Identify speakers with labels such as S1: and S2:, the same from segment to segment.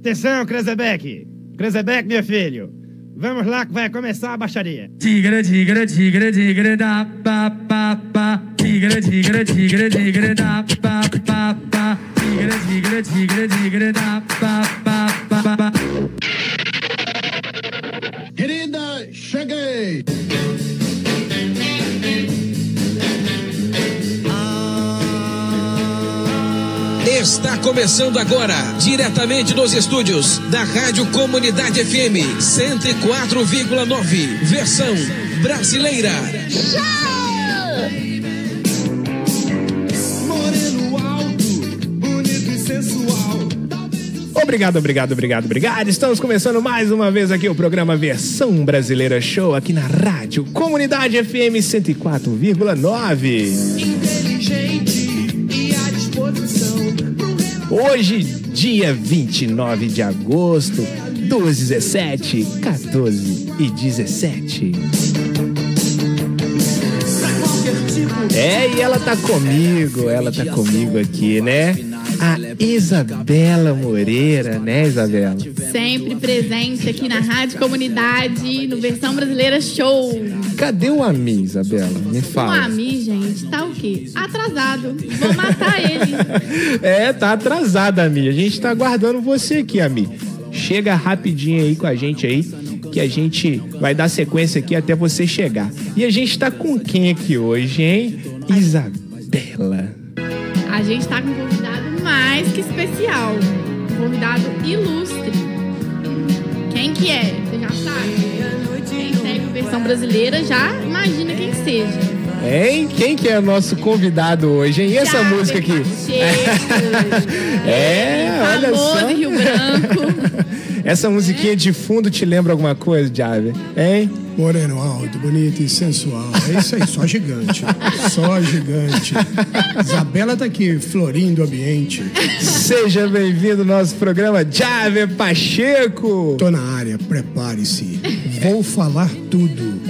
S1: Atenção, Krezebeck! Krezebeck, meu filho! Vamos lá que vai começar a baixaria.
S2: Tigra, tigra, tigra, tigra, da pa pa pa. Tigra, tigra, tigra, tigra, da pa pa pa. Tigra, tigra, tigra, tigra, da pa pa pa pa.
S3: Querida, cheguei!
S4: Está começando agora, diretamente dos estúdios da Rádio Comunidade FM 104,9, versão brasileira.
S3: Moreno alto, bonito e sensual.
S5: Obrigado, obrigado, obrigado, obrigado. Estamos começando mais uma vez aqui o programa Versão Brasileira Show aqui na Rádio Comunidade FM 104,9.
S3: Inteligente e à disposição.
S5: Hoje, dia 29 de agosto, 12, 17, 14 e 17. É, e ela tá comigo, ela tá comigo aqui, né? A Isabela Moreira, né, Isabela?
S6: Sempre presente aqui na Rádio Comunidade, no Versão Brasileira Show.
S5: Cadê o Ami, Isabela? Me
S6: O
S5: fala.
S6: Um Ami, gente, tá o quê? Atrasado. Vou matar ele.
S5: É, tá atrasada, Ami. A gente tá aguardando você aqui, Ami. Chega rapidinho aí com a gente aí, que a gente vai dar sequência aqui até você chegar. E a gente tá com quem aqui hoje, hein? Isabela.
S6: A gente tá com um convidado mais que especial. Um convidado ilustre. Quem que é? Você já sabe? Quem segue o Versão Brasileira já imagina quem seja.
S5: Hein? Quem que é o nosso convidado hoje, hein? E essa
S6: Thiago
S5: música aqui?
S6: Pacheco.
S5: É, olha
S6: Famoso
S5: só.
S6: Rio Branco.
S5: Essa musiquinha de fundo te lembra alguma coisa, Javi? Hein?
S7: Moreno alto, bonito e sensual. É isso aí, só gigante. Só gigante. Isabela tá aqui florindo o ambiente.
S5: Seja bem-vindo ao nosso programa, Javi Pacheco.
S7: Tô na área, prepare-se. Vou falar tudo.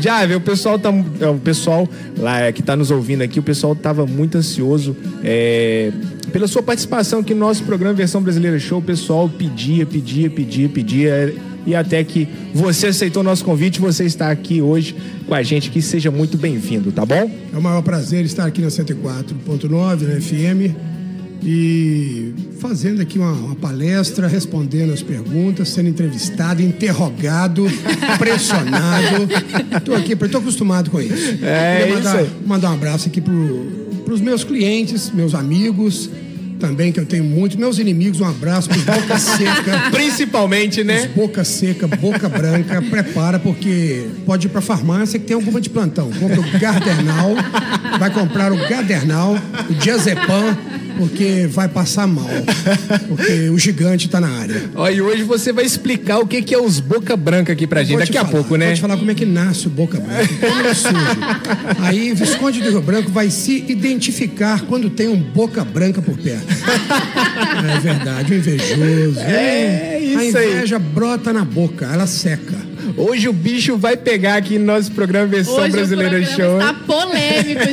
S5: Jave, o pessoal tá. O pessoal lá que tá nos ouvindo aqui, o pessoal tava muito ansioso é, pela sua participação aqui no nosso programa Versão Brasileira Show. O pessoal pedia, pedia, pedia, pedia. é, E até que você aceitou o nosso convite, você está aqui hoje com a gente que seja muito bem-vindo, tá bom?
S7: É o maior prazer estar aqui na 104.9, na FM, e fazendo aqui uma, uma palestra, respondendo as perguntas, sendo entrevistado, interrogado, pressionado. Estou aqui, estou acostumado com isso.
S5: É,
S7: Queria
S5: isso
S7: mandar,
S5: aí.
S7: mandar um abraço aqui para os meus clientes, meus amigos, também que eu tenho muitos, meus inimigos, um abraço para boca seca.
S5: Principalmente, né?
S7: Os Boca seca, boca branca, prepara porque pode ir pra farmácia que tem alguma de plantão. Compra o Gardernal, vai comprar o Gardernal, o Diazepam, porque vai passar mal. Porque o gigante tá na área.
S5: Ó, e hoje você vai explicar o que, que é os boca branca aqui pra gente,
S7: Vou te
S5: daqui a
S7: falar,
S5: pouco, né?
S7: Vou te falar como é que nasce o Boca Branca, como é ele surge. Aí, Visconde do Rio Branco vai se identificar quando tem um Boca Branca por perto. É verdade, o invejoso.
S5: É,
S7: hein?
S5: isso
S7: A
S5: aí.
S7: inveja brota na boca, ela seca.
S5: Hoje o bicho vai pegar aqui no nosso programa Versão
S6: Hoje
S5: Brasileira
S6: o
S5: Show.
S6: programa
S5: hein?
S6: está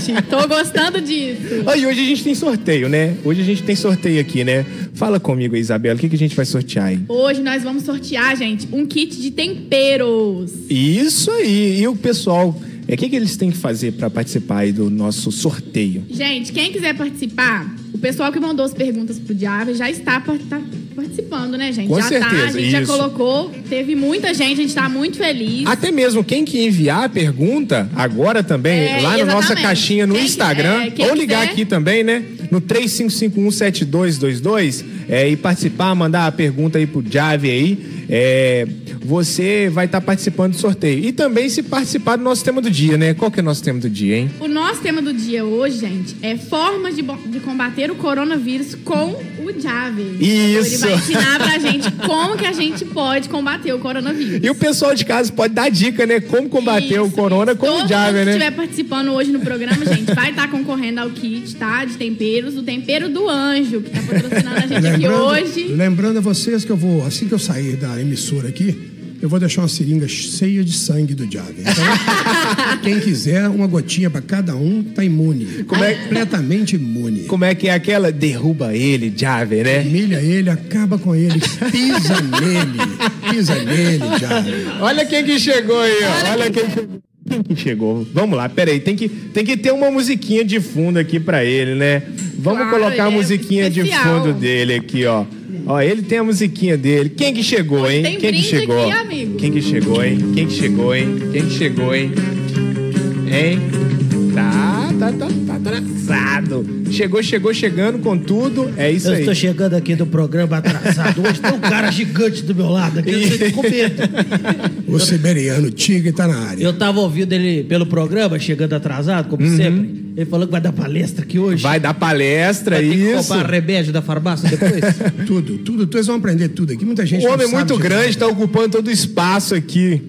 S6: polêmico, gente. Tô gostando disso.
S5: Ah, e hoje a gente tem sorteio, né? Hoje a gente tem sorteio aqui, né? Fala comigo, Isabela, o que, que a gente vai sortear aí?
S6: Hoje nós vamos sortear, gente, um kit de temperos.
S5: Isso aí, e o pessoal, é, o que, que eles têm que fazer pra participar aí do nosso sorteio?
S6: Gente, quem quiser participar, o pessoal que mandou as perguntas pro Diário já está par- tá participando, né, gente?
S5: Com
S6: já tá, a
S5: certeza,
S6: gente já
S5: isso.
S6: colocou, teve muita gente, a gente tá muito feliz.
S5: Até mesmo quem que enviar a pergunta agora também,
S6: É,
S5: lá na nossa
S6: exatamente.
S5: caixinha no
S6: Quem-
S5: Instagram,
S6: é, quem
S5: ou ligar
S6: quiser.
S5: aqui também, né? No 35517222 é, e participar, mandar a pergunta aí pro Javi aí. é, você vai estar participando do sorteio. E também se participar do nosso tema do dia, né? Qual que é o nosso tema do dia, hein?
S6: O nosso tema do dia hoje, gente, é formas de, bo- de combater o coronavírus com o Jave.
S5: Isso.
S6: Então, ele vai ensinar pra gente como que a gente pode combater o coronavírus.
S5: E o pessoal de casa pode dar dica, né? Como combater
S6: Isso,
S5: o corona
S6: isso.
S5: com
S6: Todo
S5: o
S6: mundo
S5: Java,
S6: que
S5: né?
S6: estiver participando hoje no programa, gente, vai estar concorrendo ao kit, tá? De temperos, o tempero do anjo, que tá patrocinando a gente aqui hoje.
S7: lembrando a vocês que eu vou, assim que eu sair da emissora aqui, eu vou deixar uma seringa cheia de sangue do diabo. Então, quem quiser, uma gotinha pra cada um, tá imune.
S5: Como é-
S7: Completamente imune.
S5: Como é que é aquela? Derruba ele, Jave, né?
S7: Humilha ele, acaba com ele, pisa nele, pisa nele, diabo.
S5: Olha quem que chegou aí, ó. Olha quem chegou. Quem que chegou? Vamos lá, peraí. Tem que, tem que ter uma musiquinha de fundo aqui pra ele, né? Vamos
S6: Claro,
S5: colocar a
S6: ele é
S5: musiquinha de
S6: especial.
S5: fundo dele aqui, ó. Ó, ele tem a musiquinha dele. Quem que chegou, hein?
S6: tem
S5: quem que
S6: brinde
S5: chegou?
S6: aqui, amigo.
S5: Quem que chegou, hein? Quem que chegou, hein? Quem que chegou, hein? Hein? Tá, tá, tá, tá atrasado. Chegou, chegou, chegando com tudo. É isso
S8: Eu
S5: aí.
S8: estou chegando aqui do programa atrasado. Hoje tem um cara gigante do meu lado aqui, eu fico com medo.
S7: O siberiano tigre tá na área.
S8: Eu estava ouvindo ele pelo programa, chegando atrasado, como sempre. Ele falou que vai dar palestra aqui hoje.
S5: Uhum. Vai dar palestra,
S8: Vai ter que
S5: isso.
S8: comprar remédio da farmácia depois.
S7: Tudo, tudo, todos vão aprender tudo aqui. Muita gente
S5: O
S7: não
S5: homem é
S7: sabe
S5: muito
S7: de nada.
S5: grande, está ocupando todo o espaço aqui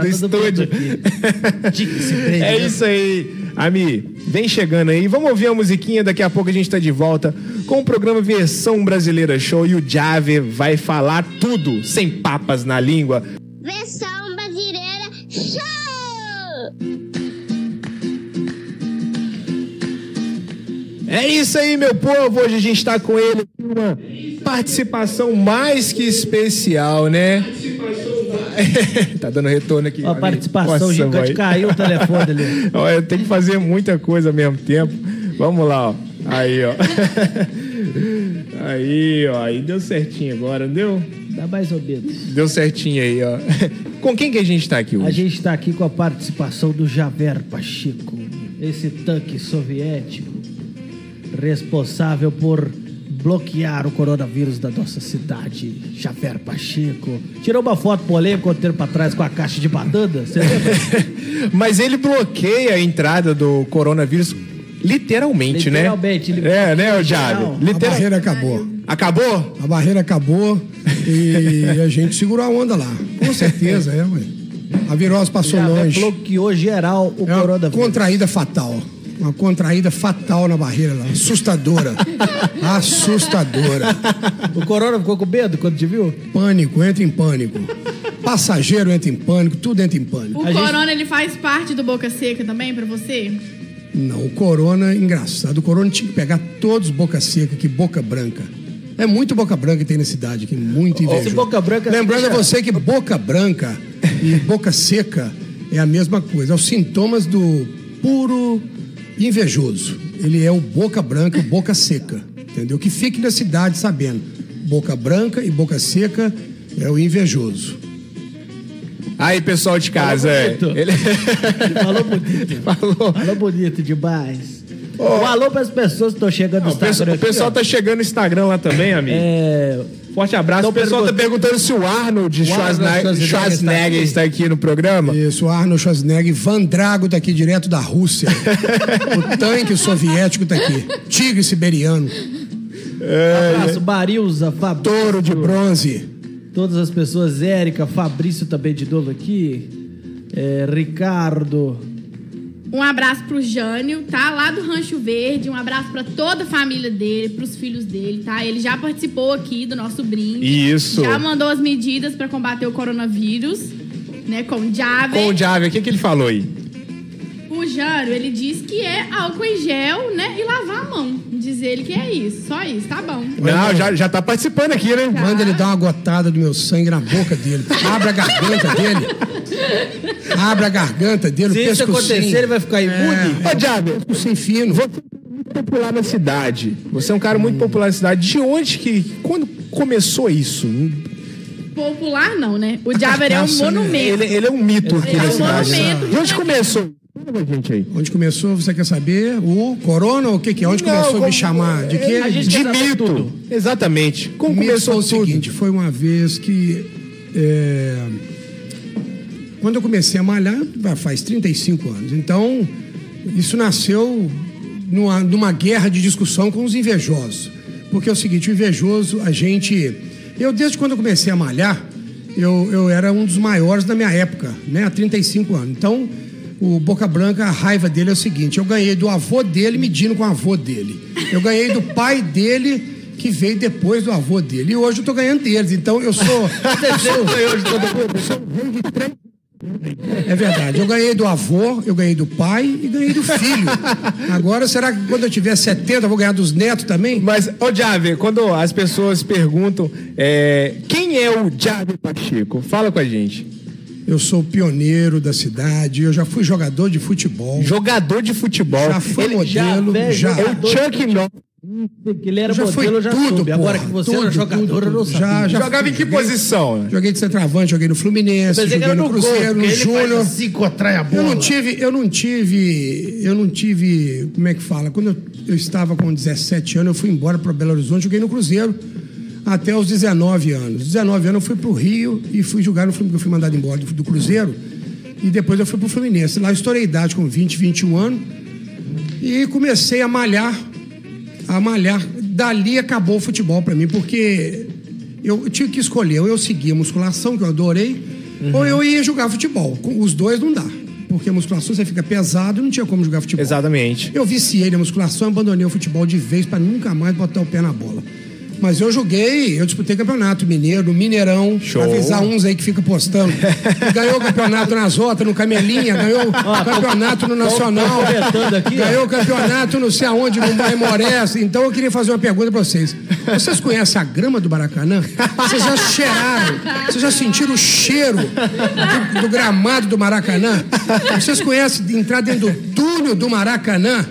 S5: do
S8: todo mundo
S5: estúdio.
S8: aqui. Diga-se bem,
S5: É
S8: né?
S5: isso aí. Ami, vem chegando aí. Vamos ouvir a musiquinha. Daqui a pouco a gente tá de volta com o programa Versão Brasileira Show. E o Jave vai falar tudo, sem papas na língua.
S9: Versão brasileira show!
S5: É isso aí, meu povo. Hoje a gente tá com ele com uma participação mais que especial, né? tá dando retorno aqui.
S8: Ó, a
S5: Ami.
S8: participação
S5: Nossa, vai.
S8: gigante. Caiu o telefone ali.
S5: Ó, eu tenho que fazer muita coisa ao mesmo tempo. Vamos lá, ó. Aí, ó. Aí, ó. Aí deu certinho agora, não deu?
S8: Dá mais ou menos.
S5: Deu certinho aí, ó. Com quem que a gente tá aqui
S8: A
S5: hoje?
S8: gente está aqui com a participação do Javer Pacheco, esse tanque soviético responsável por bloquear o coronavírus da nossa cidade. Javer Pacheco tirou uma foto polêmica um tempo atrás com a caixa de banana, você lembra?
S5: Mas ele bloqueia a entrada do coronavírus literalmente, né?
S8: Literalmente, ele-
S5: É, né, o
S8: Geral.
S5: Javi?
S7: A
S5: Literal...
S7: barreira acabou.
S5: Acabou?
S7: A barreira acabou e a gente segurou a onda lá. Com certeza, é, ué. A virose passou
S8: Javer
S7: longe.
S8: bloqueou geral o
S7: É uma
S8: coronavírus.
S7: contraída fatal. Uma contraída fatal na barreira lá. Assustadora. Assustadora.
S8: O corona ficou com medo quando te viu?
S7: Pânico, entra em pânico. Passageiro entra em pânico, tudo entra em pânico.
S6: O
S8: A gente-
S6: corona, ele faz parte do Boca Seca também, pra você?
S7: Não, o corona, engraçado. O corona tinha que pegar todos boca seca, que boca branca. É muito boca branca que tem na cidade, que muito invejoso.
S8: Esse Boca Branca-
S7: Lembrando a
S8: Deixa-
S7: você que boca branca e boca seca é a mesma coisa. É os sintomas do puro invejoso. Ele é o boca branca, o boca seca. Entendeu? Que fique na cidade sabendo. Boca branca e boca seca é o invejoso.
S5: Aí, pessoal de casa. é.
S8: bonito.
S5: Ele
S8: Ele falou bonito.
S5: falou.
S8: Falou bonito demais. Um alô para as pessoas que estão chegando no
S5: O pessoal,
S8: Instagram.
S5: o pessoal
S8: aqui, ó.
S5: tá chegando no Instagram lá também, amigo.
S8: É,
S5: Forte abraço.
S8: Então,
S5: o pessoal tá perguntando se o Arnold
S8: O Arnold
S5: Schwarzenegger,
S8: Schwarzenegger
S5: Schwarzenegger está,
S8: está
S5: aqui. no programa.
S7: Isso, o Arnold Schwarzenegger, Van Drago tá aqui direto da Rússia. o tanque soviético tá aqui. Tigre siberiano,
S5: É,
S8: abraço, Marilza, Fabrício.
S7: touro de bronze.
S8: Todas as pessoas, Érica, Fabrício também de novo aqui. é, Ricardo.
S6: Um abraço pro Jânio, tá? Lá do Rancho Verde. Um abraço pra toda a família dele, pros filhos dele, tá? Ele já participou aqui do nosso brinde.
S5: Isso.
S6: Já mandou as medidas pra combater o coronavírus, né? Com
S8: É.
S6: Java.
S5: Com o Javi, o que, que ele falou aí?
S6: O Jânio, ele diz que é álcool em gel, né? E lavar a mão. Diz ele que é isso. Só isso, tá bom.
S5: Não, já, já tá participando aqui, né?
S7: Manda ele dar uma gotada do meu sangue na boca dele. Abre a garganta dele. Abre a garganta dele,
S8: Se
S7: o
S8: isso
S7: pescocinho.
S8: acontecer, ele vai ficar imune.
S5: Ô, Javi,
S7: Pescocinho fino.
S5: você é muito popular na cidade. Você é um cara
S7: Hum.
S5: muito popular na cidade. De onde que. Quando começou isso?
S6: Popular não, né? O Java ele é um
S7: Carcaça, né?
S6: monumento.
S5: Ele, ele é um mito aqui
S6: é
S5: na
S6: um
S5: cidade. né?
S6: monumento.
S5: De onde começou? Fala pra gente aí.
S7: Onde começou, você quer saber? O corona ou o que que é? Onde
S5: Não,
S7: começou a
S5: como-
S7: me chamar? De quê?
S8: A gente
S5: De
S8: quer saber
S5: mito.
S8: tudo.
S5: Exatamente. Como
S7: Comigo
S5: começou
S7: foi
S5: tudo?
S7: o seguinte, foi uma vez que é, quando eu comecei a malhar, vai- faz 35 anos. Então, isso nasceu numa, numa guerra de discussão com os invejosos. Porque é o seguinte, o invejoso, a gente... Eu, desde quando eu comecei a malhar, eu, eu era um dos maiores da minha época, né? Há 35 anos. Então, o Boca Branca, a raiva dele é o seguinte: eu ganhei do avô dele medindo com o avô dele. Eu ganhei do pai dele que veio depois do avô dele. E hoje eu tô ganhando deles, então eu sou. eu sou- é verdade. Eu ganhei do avô, eu ganhei do pai e ganhei do filho. Agora, será que quando eu tiver 70 eu vou ganhar dos netos também?
S5: Mas, ô Jave, quando as pessoas perguntam é, quem é o Jave Pacheco, fala com a gente.
S7: Eu sou pioneiro da cidade, eu já fui jogador de futebol.
S5: Jogador de futebol.
S7: Já foi
S5: Ele já-
S7: modelo,
S8: é
S7: já.
S5: É o Chuck Norris.
S8: Que ele era
S7: Já foi
S8: modelo, eu já
S7: tudo,
S8: soube. Agora que
S7: porra,
S8: você
S7: tudo,
S8: era jogador,
S7: tudo,
S8: eu não
S7: tudo.
S8: sabia.
S7: Já-
S5: Jogava em que posição?
S7: Joguei de centroavante, joguei no Fluminense,
S8: Pensei
S7: joguei
S8: que era
S7: no
S8: no gol,
S7: Cruzeiro,
S8: porque
S7: no
S8: ele assim.
S7: Júnior.
S1: Psicotreia
S7: Eu
S1: bola.
S7: não tive, eu não tive, eu não tive, como é que fala? Quando eu, eu estava com 17 anos, eu fui embora para Belo Horizonte, joguei no Cruzeiro até os 19 anos. 19 anos eu fui para o Rio e fui jogar no Fluminense, eu fui mandado embora do, do Cruzeiro e depois eu fui para o Fluminense. Lá eu estourei a idade com 20, 21 anos e comecei a malhar, a malhar. Dali acabou o futebol para mim, porque eu tinha que escolher, ou eu seguia musculação, que eu adorei, ou eu ia jogar futebol. Com Os dois não dá, porque a musculação você fica pesado e não tinha como jogar futebol.
S5: Exatamente.
S7: Eu viciei na musculação, abandonei o futebol de vez para nunca mais botar o pé na bola. Mas eu joguei, eu disputei campeonato mineiro, Mineirão,
S5: Show.
S7: avisar uns aí que fica postando. Ganhou o campeonato nas outras, no Camelinha, ganhou o campeonato no Nacional,
S8: comentando aqui, ó.
S7: ganhou o campeonato não sei aonde, no Baimoré. Então eu queria fazer uma pergunta para vocês. Vocês conhecem a grama do Maracanã? Vocês já cheiraram? Vocês já sentiram o cheiro do, do gramado do Maracanã? Vocês conhecem de entrar dentro do túnel do Maracanã?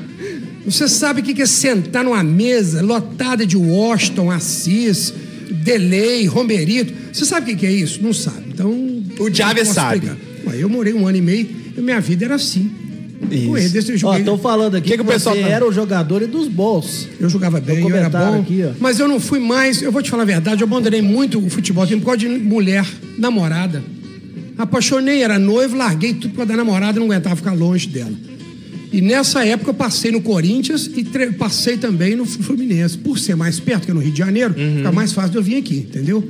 S7: Você sabe o que que é sentar numa mesa lotada de Washington, Assis, Delay, Romerito? Você sabe o que que é isso? Não sabe. Então.
S5: O Java
S7: não posso
S5: sabe.
S7: explicar. Ué, eu morei um ano e meio e minha vida era assim.
S5: Isso.
S7: Ué, desde eu,
S8: Ó, então
S7: joguei,
S8: estão falando aqui
S5: Que
S8: que,
S5: que o pessoal
S8: você
S5: tá-
S8: era o jogador e dos bons.
S7: eu jogava bem, eu era
S8: comentaram
S7: bom.
S8: um aqui, ó.
S7: mas eu não fui mais. Eu vou te falar a verdade, eu abandonei muito o futebol assim, por causa de mulher, namorada. Apaixonei, era noivo, larguei tudo por causa da namorada, não aguentava ficar longe dela. E nessa época eu passei no Corinthians e tre- passei também no Fluminense. Por ser mais perto, que é no Rio de Janeiro,
S8: Uhum.
S7: fica mais fácil de eu vir aqui, entendeu?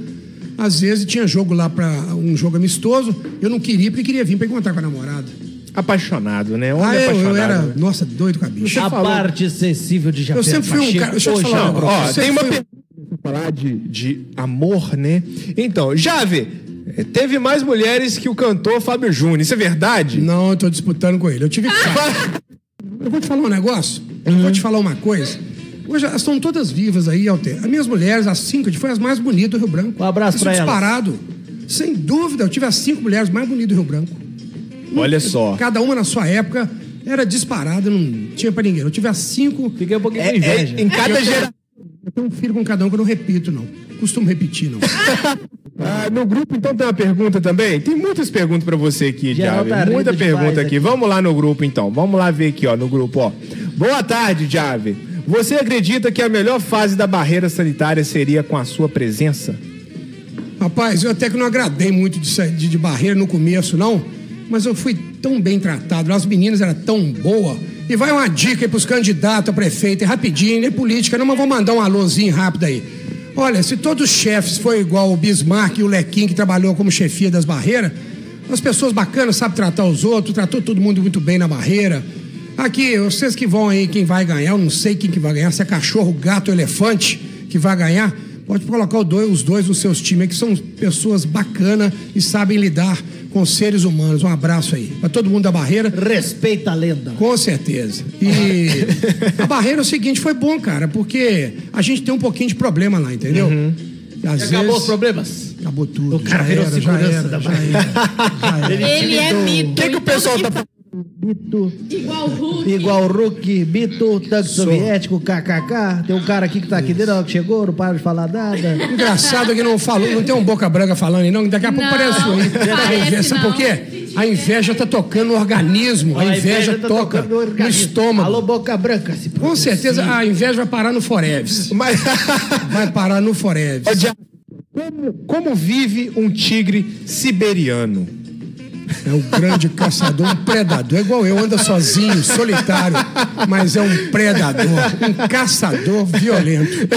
S7: Às vezes tinha jogo lá para um jogo amistoso, eu não queria porque queria vir para encontrar com a namorada.
S5: Apaixonado, né? Homem
S7: Ah, eu,
S5: apaixonado.
S7: eu era,
S5: né?
S7: nossa, doido com a bicha.
S8: a
S5: falou.
S8: parte sensível de Javier
S7: Eu sempre fui um
S8: Pacheco,
S7: cara- deixa eu te
S8: hoje
S7: falar
S8: é
S7: um
S8: um
S5: Não,
S7: Pronto,
S5: ó,
S7: você
S5: tem uma
S7: foi-
S5: pergunta pra falar de, de amor, né? Então, Jave, teve mais mulheres que o cantor Fábio Júnior, isso é verdade?
S7: Não, eu tô disputando com ele. Eu tive que
S8: Ah!
S7: Eu vou te falar um negócio. Eu vou te falar uma coisa. Hoje elas estão todas vivas aí, Alter. As minhas mulheres, as cinco, foi as mais bonitas do Rio Branco.
S8: Um abraço
S7: Isso
S8: pra elas.
S7: disparado. Sem dúvida, eu tive as cinco mulheres mais bonitas do Rio Branco.
S5: Olha só.
S7: Cada uma na sua época era disparada, não tinha pra ninguém. Eu tive as cinco.
S8: Fiquei um pouquinho
S5: É-
S8: com
S5: é-
S8: inveja.
S5: em cada geração.
S7: Eu tenho um filho com cada um que eu não repito, não. Costumo repetir, não.
S5: Ah, no grupo, então, tem uma pergunta também? Tem muitas perguntas pra você aqui,
S8: Geral
S5: Jave.
S8: tá rindo
S5: Muita
S8: demais
S5: pergunta aqui.
S8: aqui.
S5: Vamos lá no grupo, então. Vamos lá ver aqui, ó, no grupo, ó. Boa tarde, Jave. Você acredita que a melhor fase da barreira sanitária seria com a sua presença?
S7: Rapaz, eu até que não agradei muito disso aí, de, de barreira no começo, não. Mas eu fui tão bem tratado, as meninas eram tão boas. E vai uma dica aí pros candidatos a prefeito, é rapidinho, nem política, não, mas vou mandar um alôzinho rápido aí. Olha, se todos os chefes foi igual o Bismarck e o Lequim, que trabalhou como chefia das barreiras, as pessoas bacanas, sabe tratar os outros, tratou todo mundo muito bem na barreira. Aqui, vocês que vão aí, quem vai ganhar, eu não sei quem que vai ganhar, se é cachorro, gato, elefante que vai ganhar, Pode colocar o dois- os dois nos seus times, que são pessoas bacanas e sabem lidar com seres humanos. Um abraço aí para todo mundo da barreira.
S8: Respeita a lenda.
S7: Com certeza. E a barreira é o seguinte, foi bom, cara, porque a gente tem um pouquinho de problema lá, entendeu? Às
S8: Uhum. Acabou
S7: vezes-
S8: os problemas?
S7: Acabou tudo.
S8: O cara
S7: já
S8: virou
S7: era, já
S8: segurança
S7: era,
S8: da
S7: já era, já era.
S6: Ele é mito.
S5: O que, que o
S6: Então,
S5: pessoal tá
S8: Bito,
S6: Igual o Hulk.
S8: igual Hulk, Bito, tanque soviético, KKK. Tem um cara aqui que tá aqui dentro, ó, que chegou, não para de falar nada.
S7: Engraçado que não falou, não tem um boca branca falando aí, não. Daqui a pouco
S6: Não,
S7: parece um.
S6: parece
S7: inveja. Sabe por
S6: não.
S7: quê? A inveja tá tocando no organismo. A inveja,
S8: tá
S7: toca
S8: tocando
S7: no,
S8: organismo.
S7: estômago.
S8: Alô, boca branca. Se
S7: Com certeza a inveja vai parar no Foreves.
S5: Mas,
S7: Vai parar no Foreves.
S5: Ô, Jave, como, como vive um tigre siberiano?
S7: É um grande caçador, um predador. É igual eu, anda sozinho, solitário, mas é um predador, um caçador violento.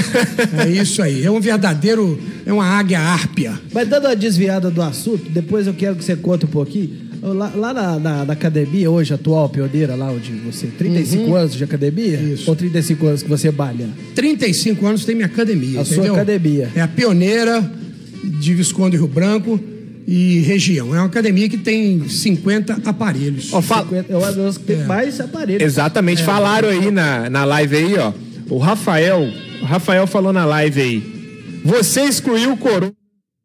S7: É isso aí. É um verdadeiro. É uma águia árpia.
S8: Mas dando uma desviada do assunto, depois eu quero que você conte um pouquinho Lá, lá na, na- na academia, hoje, atual pioneira, lá onde você. 35 anos de academia?
S7: Uhum. Isso.
S8: Ou 35 anos que você balha?
S7: 35 anos tem minha academia.
S8: A sua
S7: entendeu?
S8: academia.
S7: É a pioneira de Visconde Rio Branco e região. É uma academia que tem 50 aparelhos.
S5: Ó, fala-
S8: 50, eu acho que tem
S7: É.
S8: mais aparelhos.
S5: Exatamente, falaram aí na, na live aí, ó. O Rafael, o Rafael falou na live aí. Você excluiu o coroa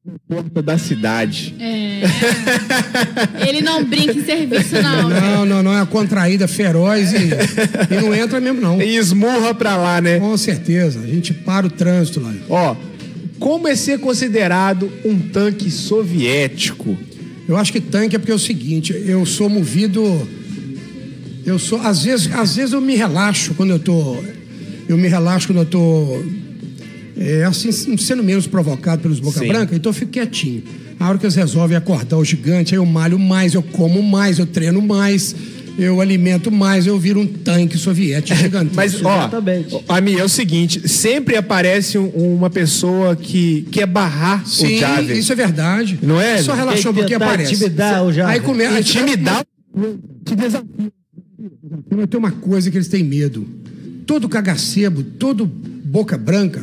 S5: do corpo da cidade.
S6: É. Ele não brinca em serviço, não. né?
S7: Não, não, não é a contraída feroz e, e não entra mesmo, não.
S5: E esmurra pra lá, né?
S7: Com certeza. A gente para o trânsito lá.
S5: Ó, como é ser considerado um tanque soviético?
S7: Eu acho que tanque é porque é o seguinte, eu sou movido. Eu sou. Às vezes, às vezes eu me relaxo quando eu tô. Eu me relaxo quando eu tô. é, assim, sendo menos provocado pelos boca
S5: Sim.
S7: branca, então eu fico quietinho. A hora que eles resolvem acordar o gigante, aí eu malho mais, eu como mais, eu treino mais, eu alimento mais, eu viro um tanque soviético gigantesco.
S5: Mas, ó,
S8: Exatamente.
S5: a minha é o seguinte: sempre aparece um- uma pessoa que quer barrar o
S7: Sim,
S5: Javer.
S7: isso é verdade.
S5: Não é?
S7: Só relaxou um
S8: Tem que
S7: pouquinho
S8: tentar
S7: aparece.
S8: intimidar o Jader.
S7: Aí começa.
S5: Intimidar
S7: Mas tem uma coisa que eles têm medo. Todo cagacebo, todo boca branca,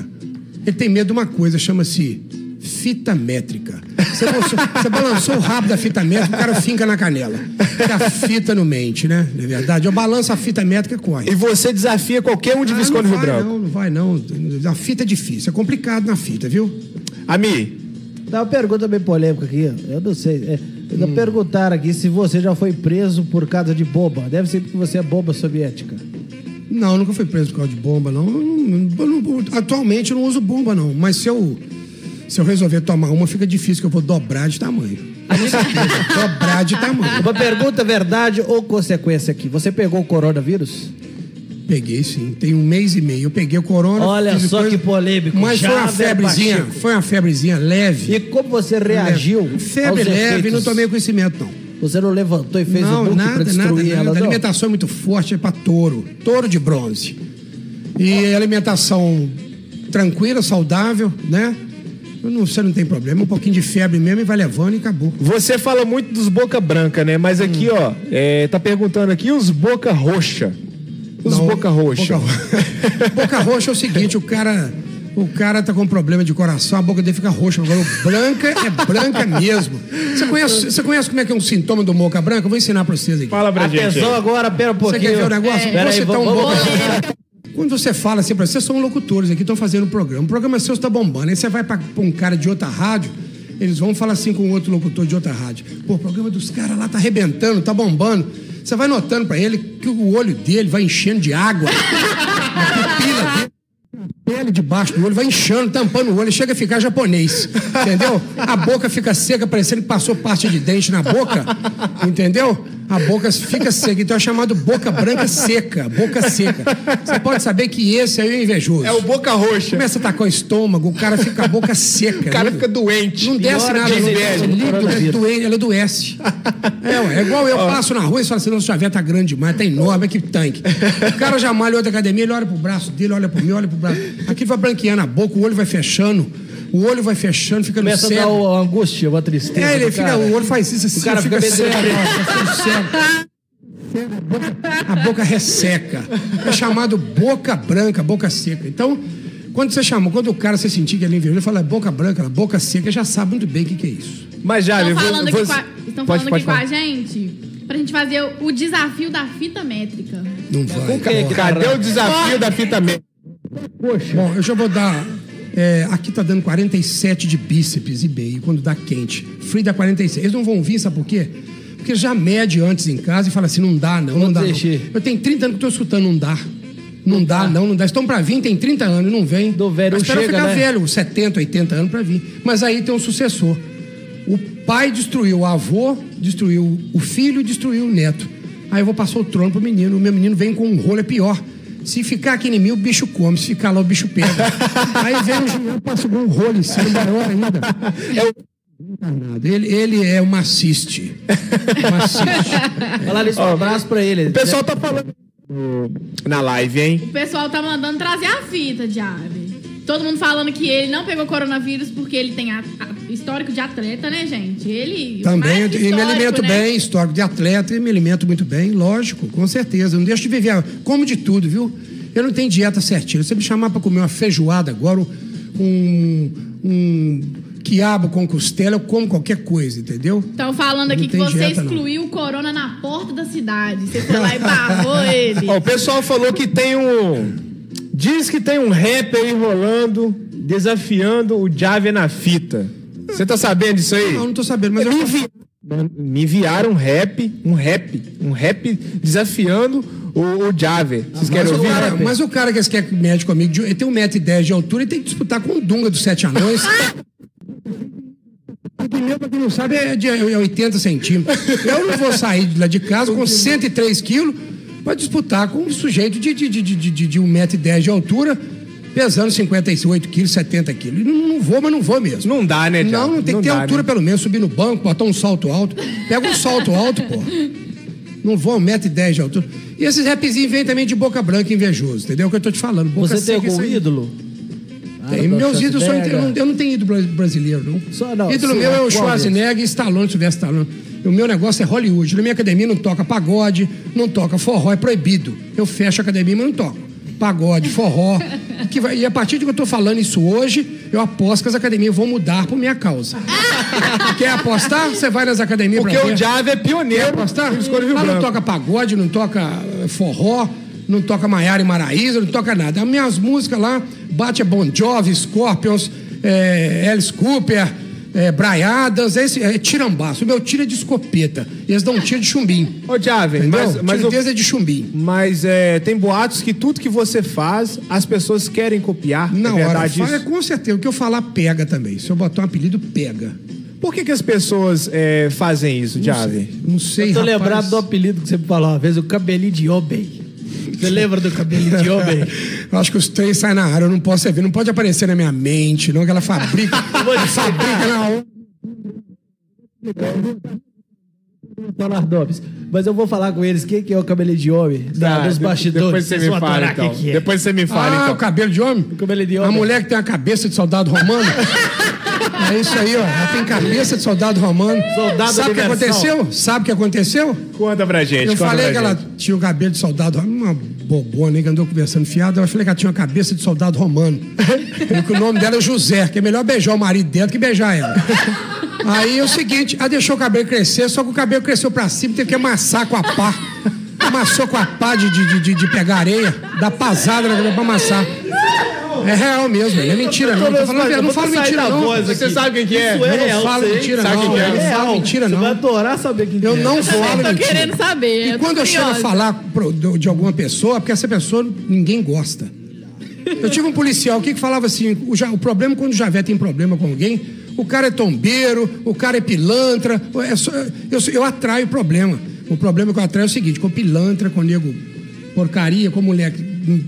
S7: ele tem medo de uma coisa, chama-se fita métrica. Você balançou, você balançou o rabo da fita métrica, o cara finca na canela. Porque a fita não mente, né? Na verdade, eu balanço a fita métrica e
S5: E
S7: corre.
S5: você desafia qualquer um de Visconde
S7: Ah, não
S5: Rio
S7: vai
S5: Branco.
S7: não, não vai não. A fita é difícil, é complicado na fita, viu?
S5: Ami,
S8: Dá uma pergunta bem polêmica aqui. Eu não sei. É, ainda
S7: Hum.
S8: Perguntaram aqui se você já foi preso por causa de boba. Deve ser porque você é boba soviética.
S7: Não, eu nunca fui preso por causa de bomba, não. Eu não- eu não- atualmente eu não uso bomba, não. Mas se eu, se eu resolver tomar uma, fica difícil, que eu vou dobrar de tamanho. Com certeza, dobrar de tamanho.
S8: Uma pergunta, verdade ou consequência aqui. Você pegou o coronavírus?
S7: Peguei, sim. Tem um mês e meio. Eu peguei o corona.
S8: Olha
S7: fiz
S8: só
S7: coisa-
S8: que polêmico.
S7: Mas foi uma
S8: Jader
S7: febrezinha.
S8: Pacheco.
S7: Foi uma febrezinha leve.
S8: E como você reagiu? aos
S7: Febre leve,
S8: efeitos?
S7: não tomei conhecimento, não.
S8: Você não levantou e fez o
S7: não,
S8: book pra
S7: nada, nada,
S8: destruir
S7: nada.
S8: ela,
S7: A
S8: não?
S7: alimentação é muito forte, é pra touro. Touro de bronze. E alimentação tranquila, saudável, né? Eu não- Você não tem problema, um pouquinho de febre mesmo e vai levando e acabou.
S5: você fala muito dos boca branca, né?
S7: Hum.
S5: Mas aqui, ó, é, tá perguntando aqui os boca roxa. Os
S7: Não,
S5: boca roxa.
S7: Então, Boca, ro- Boca roxa é o seguinte, o cara... O cara tá com problema de coração, a boca dele fica roxa. Agora, o branca é branca mesmo. Você conhece, você conhece como é que é um sintoma do boca branca? Eu vou ensinar pra vocês aqui.
S5: Fala pra gente.
S8: Atenção
S5: aí.
S8: agora, pera um
S7: Você
S8: pouquinho.
S7: quer ver o negócio?
S8: Pera
S7: Vou
S8: aí,
S7: citar um
S8: vamos-
S7: boca
S8: vamos-
S7: Quando você fala assim pra vocês, são locutores aqui, estão fazendo um programa. O programa seu está bombando. Aí você vai pra, pra um cara de outra rádio, eles vão falar assim com outro locutor de outra rádio. Pô, o programa dos caras lá tá arrebentando, tá bombando. Você vai notando pra ele que o olho dele vai enchendo de água. A pupila dele pele debaixo do olho, vai inchando, tampando o olho, chega a ficar japonês. Entendeu? A boca fica seca, parecendo que passou parte de dente na boca. Entendeu? A boca fica seca. Então é chamado boca branca seca. Boca seca. Você pode saber que esse aí é o invejoso.
S5: É o boca roxa.
S7: Começa a atacar o estômago, o cara fica com a boca seca.
S5: O cara
S7: né?
S5: fica doente.
S7: Não desce
S5: Piora
S7: nada,
S5: de
S7: não
S5: inveja.
S7: desce líquido, é doente, ela adoece. É, ué, é igual eu passo na rua e falo assim, nossa, chave tá grande demais, tá enorme, é que tanque. O cara já malha outra academia, ele olha pro braço dele, olha pro meu, olha pro braço. Aqui vai branqueando a boca, o olho vai fechando, o olho vai fechando, fica no
S8: Começa a dar
S7: céu.
S8: uma angústia, uma tristeza.
S7: É, ele
S8: do
S7: fica,
S8: cara.
S7: o olho faz isso assim,
S8: O cara
S7: fica,
S8: fica
S7: seco,
S8: meio
S7: ó, fica cego. A boca- A boca resseca. É chamado boca branca, boca seca. Então, quando você chama, quando o cara você sentir que ele enviou, ele fala "É boca branca, ela é boca seca, já sabe muito bem o que, que é isso.
S5: Mas já,
S6: Estão
S5: eu vou-
S6: falando aqui,
S5: vou-
S6: com, a, estão
S5: pode,
S6: falando
S5: pode
S6: aqui com a
S5: falar.
S6: gente pra gente fazer o, o desafio da fita métrica.
S8: É,
S7: Não vai.
S5: Cadê o desafio da fita média?
S7: Bom, eu já vou dar. é, aqui tá dando 47 de bíceps e meio quando dá quente. Free dá 46. Eles não vão vir, sabe por quê? Porque já mede antes em casa e fala assim: não dá, não, não dá. Não.
S8: desistir.
S7: Eu tenho 30 anos que eu tô escutando, não dá. Não, dá, não, não dá. Estão pra vir, tem 30 anos, não vem.
S8: Do velho
S7: Mas espera eu
S8: chega,
S7: ficar
S8: né?
S7: velho, 70, 80 anos pra vir. Mas aí tem um sucessor. O pai destruiu o avô, destruiu o filho, destruiu o neto. Aí eu vou passar o trono pro menino. O meu menino vem com um rolo, é pior. Se ficar aqui em mim, o bicho come. Se ficar lá, o bicho pega. aí vem o Julião, passa um rolo em cima, maior ainda.
S8: É
S7: Encarnado. Ele, ele é um assiste. Um assiste.
S8: Fala nisso, um abraço pra ele.
S5: O pessoal tá falando na live, hein?
S6: O pessoal tá mandando trazer a fita, Javi. Todo mundo falando que ele não pegou coronavírus porque ele tem a- a- histórico de atleta, né, gente? Ele.
S7: Também,
S6: mais que
S7: e me
S6: histórico,
S7: alimento
S6: né?
S7: bem, histórico de atleta, e me alimento muito bem, lógico, com certeza. Eu Não deixo de viver, eu como de tudo, viu? Eu não tenho dieta certinha. Se você me chamar para comer uma feijoada agora, um, um quiabo com costela, eu como qualquer coisa, entendeu?
S6: Estão falando aqui
S7: Não
S6: que
S7: tem
S6: você
S7: dieta, não.
S6: excluiu o corona na porta da cidade. Você foi lá e barrou ele.
S5: Ó, o pessoal falou que tem um. Diz que tem um rapper aí rolando, desafiando o Jave na fita. Você tá sabendo disso aí?
S7: Não, não tô sabendo, mas eu
S5: me, envi- me enviaram um rap, um rap, um rap desafiando o, o Jave.
S7: Mas
S5: Vocês querem
S7: o,
S5: ouvir?
S7: cara,
S5: rapper?
S7: mas o cara que esse que é médico comigo, de- ele tem 1,10m de altura e tem que disputar com o Dunga dos Sete Anões. Ah! O pneu, pra quem não sabe, é de é 80 centímetros. Eu não vou sair de lá de casa com 103 quilos pra disputar com um sujeito de, de, de, de, de, de, um de 1,10m de altura, pesando 58 quilos, 70 quilos. Não, não vou, mas não vou mesmo.
S5: Não dá, né, Thiago?
S7: Não, não tem que ter
S5: dá,
S7: altura
S5: né?
S7: pelo menos, subir no banco, botar um salto alto. Pega um salto alto, pô. Não vou, 1,10m de altura. E esses rapzinhos vêm também de boca branca invejoso, entendeu? É o que eu tô te falando. Boca
S8: Você tem
S7: seca, isso
S8: algum
S7: aí.
S8: ídolo?
S7: Tem.
S8: Arnold
S7: Meus ídolos são.
S8: Schwarzenegger.
S7: Eu não, eu não tenho ídolo bra- brasileiro, não.
S8: Só não,
S7: ídolo
S8: sim,
S7: meu é
S8: qual
S7: o Schwarzenegger e Stallone, se tiver Stallone. O meu negócio é Hollywood. Na minha academia não toca pagode, não toca forró, é proibido. Eu fecho a academia, mas não toco. Pagode, forró. que vai- e a partir de que eu tô falando isso hoje, eu aposto que as academias vão mudar por minha causa. Quer apostar? Você vai nas academias
S5: Porque
S7: pra ver.
S5: o Jave é pioneiro.
S7: Apostar?
S5: Os cores Rio
S7: Lá não
S5: Branco.
S7: toca pagode, não toca eh, forró, não toca Maiara e Maraíza, não toca nada. As minhas músicas lá, bate é Bon Jovi, Scorpions, é, Alice Cooper, é, Braiadas, é, esse- é tirambaço. O meu tiro é de escopeta. Eles dão um tiro de chumbim.
S5: Ô, Jave,
S7: Entendeu?
S5: mas, mas
S7: tiro
S5: o-
S7: deles é de chumbim.
S5: mas, é, tem boatos que tudo que você faz, as pessoas querem copiar.
S7: Na
S5: é
S7: hora,
S5: verdade
S7: fala,
S5: isso?
S7: com certeza. O que eu falar pega também. Se eu botar um apelido, pega.
S5: Por que, que as pessoas é, fazem isso, Jave?
S7: Não sei,
S8: Eu tô
S7: rapaz.
S8: lembrado do apelido que você me falou uma vez, o cabelinho de homem. Você lembra do cabelinho de homem?
S7: Eu acho que os três saem na área, eu não posso servir, não pode aparecer na minha mente, não, que ela fabrica. fabrica na hora.
S8: Leonardo Alves. Mas eu vou falar com eles quem que é o cabelinho de homem da,
S5: Tá,
S8: dos
S5: de- Depois
S8: bastidores.
S5: você
S8: Vocês vão
S5: me fala,
S8: adorar
S5: então.
S8: quem que é.
S5: Depois você me fala,
S7: ah,
S5: então.
S7: o cabelo de homem?
S8: O cabelo de
S7: A
S8: homem.
S7: mulher que tem a cabeça de soldado romano. é isso aí, ó. Ela tem cabeça de soldado romano.
S8: Soldado
S7: Sabe o que
S8: universal.
S7: aconteceu? Sabe o que aconteceu?
S5: Conta pra gente.
S7: Eu
S5: conta
S7: falei
S5: pra
S7: que ela
S5: gente.
S7: tinha o cabelo de soldado romano, uma bobona aí que andou conversando fiada. Eu falei que ela tinha uma cabeça de soldado romano. Falei que o nome dela é José, que é melhor beijar o marido dela do que beijar ela. Aí é o seguinte, ela deixou o cabelo crescer, só que o cabelo cresceu pra cima, teve que amassar com a pá. Amassou com a pá de, de, de, de pegar areia, dar pasada na cabeça pra amassar. É real mesmo, não é mentira não. Eu, tô falando, eu não falo mentira não.
S5: Você sabe quem que é?
S8: Isso é
S7: Eu não
S8: real,
S7: falo
S8: sei.
S7: mentira
S5: Sabe
S7: não.
S5: quem que é?
S7: Eu não falo
S8: Real.
S7: mentira
S8: Você vai
S7: não.
S8: adorar saber quem que
S7: Eu
S8: é.
S7: não
S6: Eu
S7: falo
S6: tô
S7: mentira.
S6: tá querendo saber.
S7: E
S6: tô
S7: quando eu chego a
S6: curiosa.
S7: falar pro- do- de alguma pessoa, porque essa pessoa ninguém gosta. Eu tive um policial aqui que falava assim: o, ja- o problema quando o Javé tem problema com alguém, o cara é tombeiro, o cara é pilantra. é só- eu, eu atraio problema. O problema que eu atraio é o seguinte: com pilantra, com nego porcaria, com mulher que não,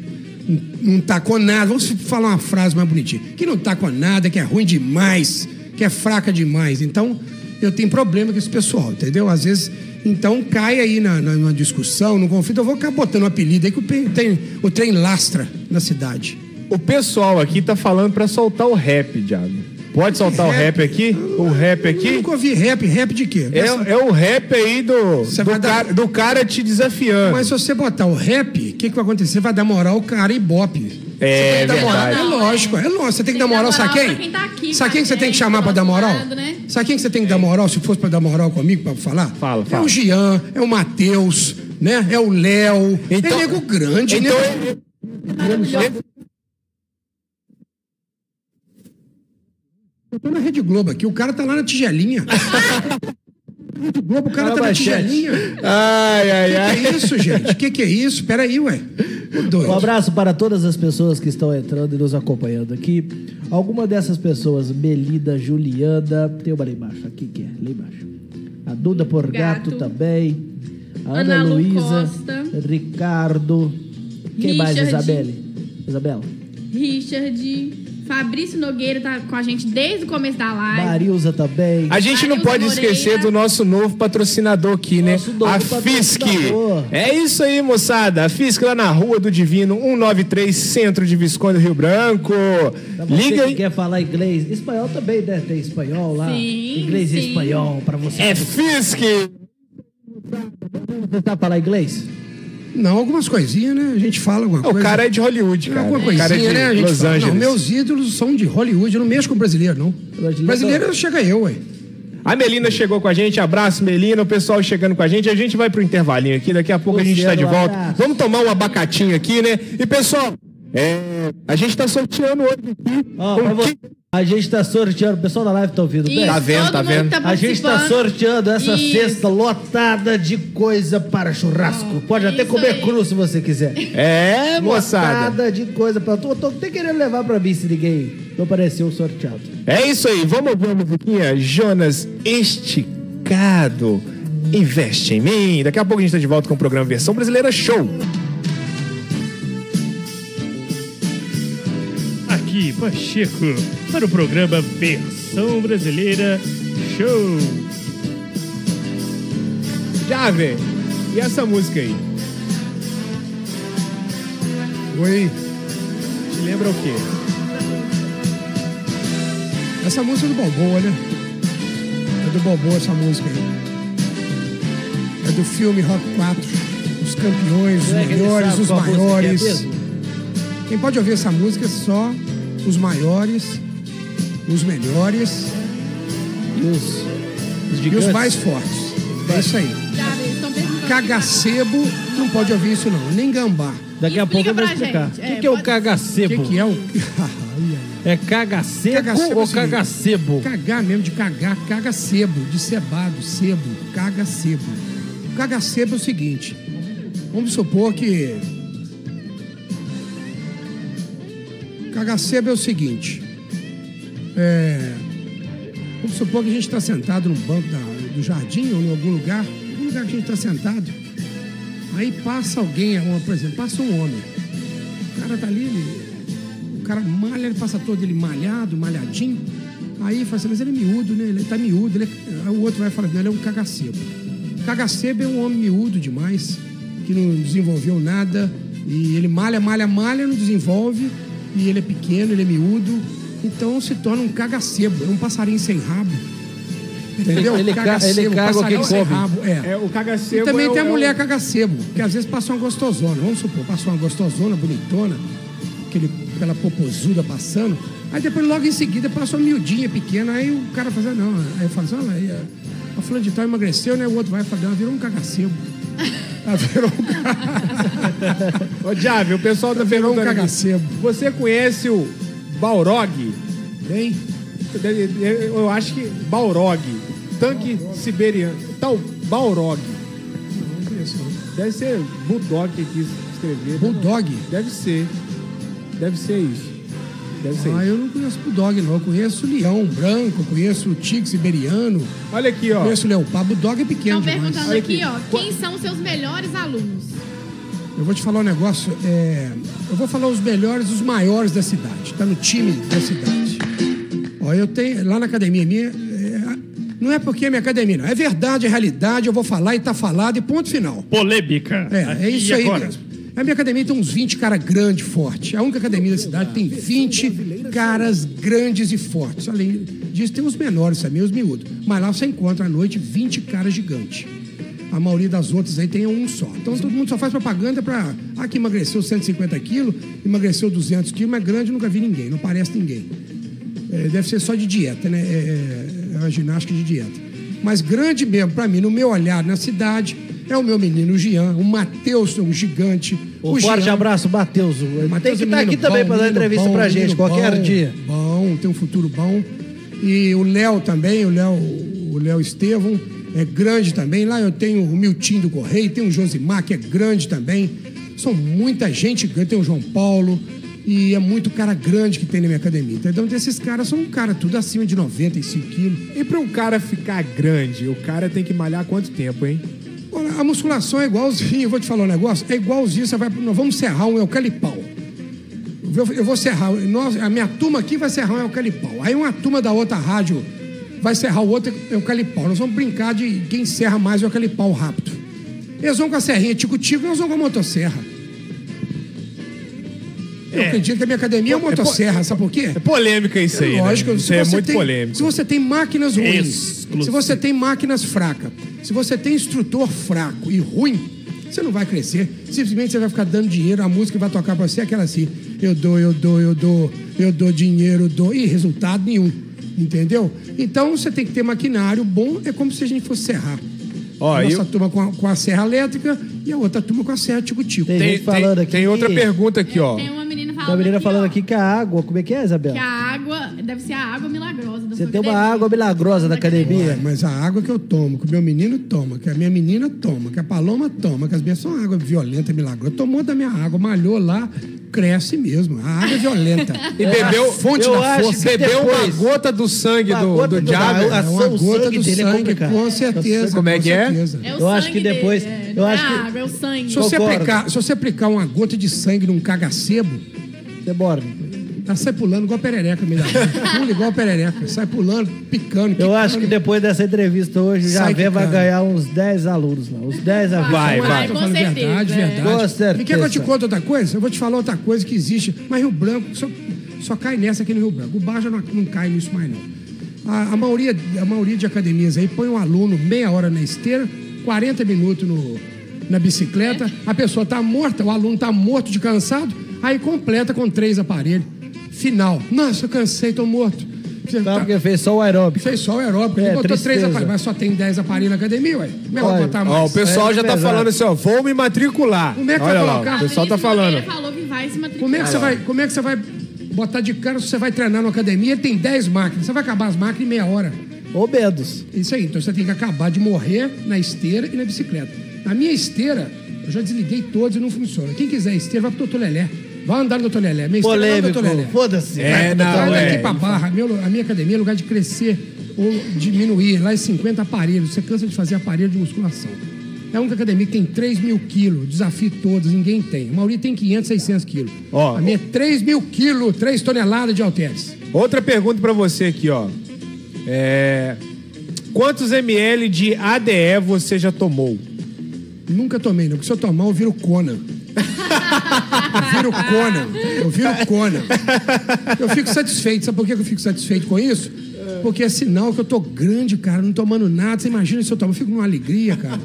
S7: não, não tá com nada. Vamos falar uma frase mais bonitinha: que não tá com nada, que é ruim demais, que é fraca demais. Então, eu tenho problema com esse pessoal, entendeu? Às vezes, então cai aí na, na, numa discussão, num conflito. Eu vou acabar botando um apelido aí que o, pe- tem, o trem lastra na cidade.
S5: O pessoal aqui tá falando pra soltar o rap, Diabo. Pode soltar o rap aqui? O rap
S7: Eu
S5: aqui?
S7: nunca ouvi rap, rap de quê?
S5: É, é o rap aí do,
S7: Você
S5: do,
S7: vai dar-
S5: cara, do cara te desafiando.
S7: Mas se você botar o rap, o que, que vai acontecer? Vai dar moral ao cara e bope. Você
S5: É
S7: tem que dar moral.
S5: verdade.
S7: É lógico, é lógico. Você tem que dar
S6: que
S7: moral,
S6: dar
S7: sabe
S6: moral
S7: quem?
S6: pra quem tá aqui,
S7: Sabe quem que você
S6: sabe
S7: tem que
S6: quem
S7: chamar pra
S6: tá
S7: dar
S6: do
S7: moral?
S6: lado, né?
S7: Sabe quem que você tem que dar moral, se fosse pra dar moral comigo, pra falar?
S5: Fala,
S7: É
S5: fala.
S7: o Jean, é o Matheus, né? É o Léo.
S5: Então-
S7: é nego grande,
S5: Então, é,
S7: né? Eu tô na Rede Globo aqui, o cara tá lá na tigelinha. Rede Globo, o cara tá na
S8: Manchete.
S7: tigelinha.
S5: ai, ai,
S7: Que
S5: ai.
S7: que é isso, gente? O que, que é isso? Peraí, ué. Ô, Doido.
S8: Um abraço para todas as pessoas que estão entrando e nos acompanhando aqui. Alguma dessas pessoas, Melida, Juliana, tem uma lá embaixo, aqui que é, lá embaixo. A Duda Porgato
S6: Gato.
S8: também. A Ana,
S6: Ana Lu
S8: Luísa,
S6: Costa.
S8: Ricardo. Quem mais,
S6: Richard.
S8: Isabelle? Isabela.
S6: Richard. Fabrício Nogueira tá com a gente desde o começo da live.
S8: Marilza também.
S5: A gente não
S6: Marilson
S5: pode
S6: Moreira.
S5: esquecer do nosso novo patrocinador aqui, né?
S8: Nosso novo
S5: A FISC.
S8: patrocinador.
S5: É isso aí, moçada. A FISC lá na Rua do Divino, 193, Centro de Visconde do Rio Branco.
S8: Pra Tá você
S5: Liga
S8: que
S5: aí.
S8: quer falar inglês, espanhol também, né? Tem espanhol lá.
S6: Sim,
S8: inglês e
S6: sim.
S8: espanhol pra você.
S5: É FISC.
S8: Você tá falar inglês?
S7: Não, algumas coisinhas, né? A gente fala alguma
S5: O
S7: coisa.
S5: cara é de Hollywood, cara.
S7: Alguma
S5: O cara é
S7: coisinha,
S5: de
S7: né? A gente
S5: Los
S7: fala. Não,
S5: Angeles.
S7: meus ídolos são de Hollywood. Eu não mexo com brasileiro, não.
S8: Brasileiro-
S7: Brasileiro chega eu, ué.
S5: A Melina chegou com a gente, abraço Melina, o pessoal chegando com a gente. A gente vai pro intervalinho aqui, daqui a pouco a gente
S8: Luciano,
S5: tá de volta.
S8: abraço.
S5: Vamos tomar um abacatinho aqui, né? E pessoal, é, a gente tá sorteando hoje aqui.
S8: Ó, pra
S5: um
S8: você-
S5: kit.
S8: A gente tá sorteando. O pessoal da live tá ouvindo bem?
S6: Isso,
S5: Tá vendo,
S6: todo
S5: tá
S6: mundo
S5: vendo?
S6: Tá
S8: A gente tá
S6: participando.
S8: sorteando essa
S6: Isso.
S8: cesta lotada de coisa para churrasco. Pode até
S6: Ah, isso
S8: comer
S6: aí.
S8: cru se você quiser.
S5: É, moçada.
S8: Lotada de coisa pra tu. Eu tô até querendo levar pra mim se ninguém não apareceu o sorteado.
S5: É isso aí, vamos ouvir a musiquinha Jonas Esticado. Investe em mim. Daqui a pouco a gente tá de volta com o programa Versão Brasileira Show.
S1: Aqui, Pacheco, para o programa Versão Brasileira Show.
S5: Já, velho. E essa música aí?
S7: Oi.
S5: Te lembra o quê?
S7: Essa música é do Balboa, né? É do Balboa essa música aí. É do filme Rock 4. Os campeões, os
S8: Será que ele
S7: melhores,
S8: sabe
S7: os
S8: qual música que é
S7: maiores.
S8: mesmo?
S7: Quem pode ouvir essa música é só os maiores, os melhores
S8: E os, os
S7: e os
S8: gigantes?
S7: mais fortes. É isso aí.
S6: Já, eles tão perguntando.
S7: Cagacebo não pode ouvir isso não, nem gambá.
S2: Daqui a pouco
S6: Explica
S2: eu vou
S6: pra
S2: explicar.
S6: gente.
S2: O que,
S6: É,
S2: que é o
S6: pode-
S7: O que,
S2: cagacebo?
S7: que é o.
S2: É cagaceco
S7: Cagacebo é o
S2: ou
S7: seguinte.
S2: cagacebo?
S7: Cagar mesmo de cagar, caga sebo, de cebado, sebo, caga sebo. Caga sebo é o seguinte. Vamos supor que. Caga sebo é o seguinte. É, Vamos supor que a gente está sentado num banco da- do jardim ou em algum lugar, algum lugar que a gente está sentado. Aí passa alguém, uma- por exemplo, passa um homem. O cara tá ali, ele- o cara malha, ele passa todo ele malhado, malhadinho. Aí fala assim, mas ele é miúdo, né? Ele tá miúdo. ele é- Aí o outro vai falar, não, ele é um cagacebo. Cagacebo é um homem miúdo demais, que não desenvolveu nada. E ele malha, malha, malha, não desenvolve. E ele é pequeno, ele é miúdo. Então se torna um cagacebo, é um passarinho sem rabo. Entendeu?
S2: Ele- ele ca- ele caga o que
S7: passarinho sem
S2: come.
S7: rabo. É.
S5: o
S7: E
S5: cagacebo.
S7: também
S5: é o-
S7: tem a
S5: é o-
S7: mulher cagacebo, que às vezes passa uma gostosona. Vamos supor, passa uma gostosona, bonitona, aquele, aquela popozuda passando. Aí depois, logo em seguida, passa uma miudinha pequena. Aí o cara faz, ah, não. Aí fala assim, olha aí, a- a fulana de tal emagreceu, né? O outro vai falar, "Não, ela virou um cagacebo. Ela virou um
S5: Ô, Javi, o pessoal da
S7: Virou um
S5: Verão
S7: cagacebo.
S5: Você conhece o Balrog?
S7: cagacebo.
S5: Eu acho que Balrog. Tanque siberiano. Tal Balrog. Deve ser Bulldog que quis escrever. né?
S7: Bulldog.
S5: Deve ser. Deve ser isso. Deve ser
S7: Ah,
S5: isso.
S7: eu não conheço bulldog, não. Eu conheço leão branco, conheço tigre siberiano,
S5: Olha aqui, ó.
S7: conheço leopardo. Bulldog é pequeno
S6: Estão
S7: demais.
S6: perguntando
S5: Olha
S6: aqui,
S5: aqui.
S6: ó, quem são seus melhores alunos?
S7: Eu vou te falar um negócio. é, Eu vou falar os melhores, os maiores da cidade. Tá no time da cidade. Ó, eu tenho lá na academia minha. é, Não é porque é minha academia, não. É verdade, é realidade. Eu vou falar e tá falado e ponto final.
S1: Polêmica.
S7: É, é
S1: E
S7: isso aí
S1: agora?
S7: mesmo. A minha academia tem uns 20 caras grandes e fortes. A única academia da cidade tem 20 caras grandes e fortes. Além disso, tem os menores também, os miúdos. Mas lá você encontra à noite 20 caras gigantes. A maioria das outras aí tem um só. Então todo mundo só faz propaganda pra. Ah, que emagreceu 150 quilos, emagreceu 200 quilos, mas é grande eu nunca vi ninguém, não parece ninguém. É, deve ser só de dieta, né? É, é, é uma ginástica de dieta. Mas grande mesmo, pra mim, no meu olhar na cidade, é o meu menino Jean, o Matheus, o gigante.
S8: Um
S7: o
S8: forte
S7: Jean.
S8: abraço, Matheus. Ele
S7: Matheus
S8: Tem que
S7: é um
S8: estar
S7: menino
S8: aqui
S7: bom,
S8: também pra dar
S7: menino
S8: entrevista
S7: bom,
S8: pra
S7: menino
S8: gente, qualquer
S7: bom,
S8: dia.
S7: Bom, tem um futuro bom. E o Léo também, o Léo, o Léo Estevão, é grande também. Lá eu tenho o Miltinho do Correio, tem o Josimar, que é grande também. São muita gente grande, tem o João Paulo. E é muito cara grande que tem na minha academia. Então, esses caras são um cara tudo acima de 95 quilos.
S5: E pra um cara ficar grande, o cara tem que malhar quanto tempo, hein?
S7: Olha, A musculação é igualzinha, eu vou te falar um negócio, é igualzinho, você vai, nós vamos serrar um eucalipau. eu, eu vou serrar. Nós, a minha turma aqui vai serrar um eucalipau. Aí uma turma da outra rádio vai serrar o outro eucalipau. Nós vamos brincar de quem serra mais o eucalipau rápido. Eles vão com a serrinha tico-tico e nós vamos com a motosserra. Eu acredito que a minha academia é uma
S5: É po-
S7: motosserra, sabe por quê?
S5: É polêmica isso aí. né?
S7: Lógico, se
S5: Isso aí é
S7: você
S5: muito
S7: tem-
S5: polêmico.
S7: Se você tem máquinas ruins,
S1: Exclusivo.
S7: se você tem máquinas fracas, se você tem instrutor fraco e ruim, você não vai crescer. Simplesmente você vai ficar dando dinheiro, a música que vai tocar pra você é aquela assim: eu dou, eu dou, eu dou, eu dou dinheiro, eu dou, e resultado nenhum. Entendeu? Então você tem que ter maquinário bom, é como se a gente fosse serrar.
S5: Ó,
S7: Nossa
S5: eu-
S7: turma com a, com a serra elétrica e a outra turma com a serra tico-tico.
S8: Tem,
S5: Tem,
S8: gente falando
S5: tem-
S8: aqui.
S5: tem outra pergunta aqui, ó.
S6: Tem uma menina falando,
S8: Tem uma menina falando
S6: ó,
S8: aqui que Então, a água. Como é que é, Isabela?
S6: que a água deve ser a água milagrosa da
S8: Você
S6: sua
S8: tem uma
S6: academia.
S8: água milagrosa na
S7: Ué,
S8: academia.
S7: mas a água que eu tomo, que o meu menino toma, que a minha menina toma, que a Paloma toma, que as minhas são água violenta, milagrosa. Tomou da minha água, malhou lá, cresce mesmo. A água é violenta.
S5: E bebeu,
S8: fonte da força.
S5: bebeu uma
S8: Depois-
S5: gota do sangue
S8: Uma
S5: do,
S8: gota
S5: do
S8: do-
S5: diabo.
S8: da-
S7: é uma gota
S8: o sangue né?
S7: do
S8: dele é
S7: sangue,
S8: complicado.
S7: com certeza.
S5: Como é que é?
S7: certeza.
S6: É o
S8: Eu acho
S6: sangue
S8: que depois-
S6: dele, é.
S8: eu
S6: Não é
S8: acho que-
S6: a água, é o sangue.
S7: Se você,
S8: Concordo.
S7: aplicar, se você aplicar uma gota de sangue num cagacebo,
S8: Demora.
S7: tá sai pulando igual perereca, me dá. Pula igual perereca. Sai pulando, picando.
S8: Eu
S7: quicando.
S8: acho que depois dessa entrevista hoje, o
S7: Sai
S8: Javé vai
S7: quicando.
S8: ganhar uns 10 alunos lá. Uns 10 a 20.
S5: Vai,
S7: Mas
S5: vai.
S7: eu tô
S6: Com
S7: falando
S6: certeza,
S7: verdade,
S6: é.
S8: Com
S7: verdade. E quer que eu te
S8: certeza.
S7: conte outra coisa? Eu vou te falar outra coisa que existe. Mas Rio Branco só, só cai nessa aqui no Rio Branco. O Baja não, não cai nisso mais, não. A, a maioria, a maioria de academias aí põe um aluno meia hora na esteira, 40 minutos no, na
S6: É.
S7: bicicleta, a pessoa tá morta, o aluno tá morto de cansado, aí completa com três aparelhos. Final. Nossa, eu cansei, tô morto.
S8: Tá, porque fez só o aeróbico.
S7: Fez só o aeróbico, ele
S8: É,
S7: botou três
S8: tristeza.
S7: aparelhos, mas só tem dez aparelhos na academia, ué. Como é que eu vou
S8: Olha,
S7: botar mais?
S5: Ó, o pessoal já tá
S8: pesado.
S5: falando assim, ó, vou me matricular.
S7: é Como é que
S5: Olha
S7: vai
S5: lá,
S7: colocar?
S5: o pessoal tá
S6: Alice Moreira
S5: falando.
S6: falou que vai se matricular.
S7: Como é que você vai, como é que você vai botar de cara se você vai treinar na academia e tem 10 máquinas? Você vai acabar as máquinas em meia hora.
S8: Ou menos.
S7: É Isso aí, então você tem que acabar de morrer na esteira e na bicicleta. Na minha esteira, eu já desliguei todas e não funciona. Quem quiser esteira, vai pro Dr. Lelé. Vai andar no Dr. Lelé. Minha esteira vai
S8: Polêmico.
S7: pro Dr. Lelé.
S8: Foda-se.
S5: É,
S8: Vai,
S5: não,
S8: vai,
S7: Vai
S8: vai.
S7: daqui
S5: é.
S7: pra barra. Meu- a minha academia é lugar de crescer ou diminuir. Lá é 50 aparelhos. Você cansa de fazer aparelho de musculação. É a única academia que tem 3 mil quilos. Desafio todos, ninguém tem. A maioria tem 500, 600 quilos.
S5: Ó,
S7: a minha é 3 mil quilos, 3 toneladas de halteres.
S5: Outra pergunta pra você aqui, ó. É... Quantos ml de ADE você já tomou?
S7: Nunca tomei, não. Porque se eu tomar, eu viro Conan. Eu viro Conan. Eu viro Conan. Eu fico satisfeito. Sabe por que eu fico satisfeito com isso? Porque é sinal que eu tô grande, cara, não tomando nada. Você imagina se eu tomar, eu fico numa alegria, cara.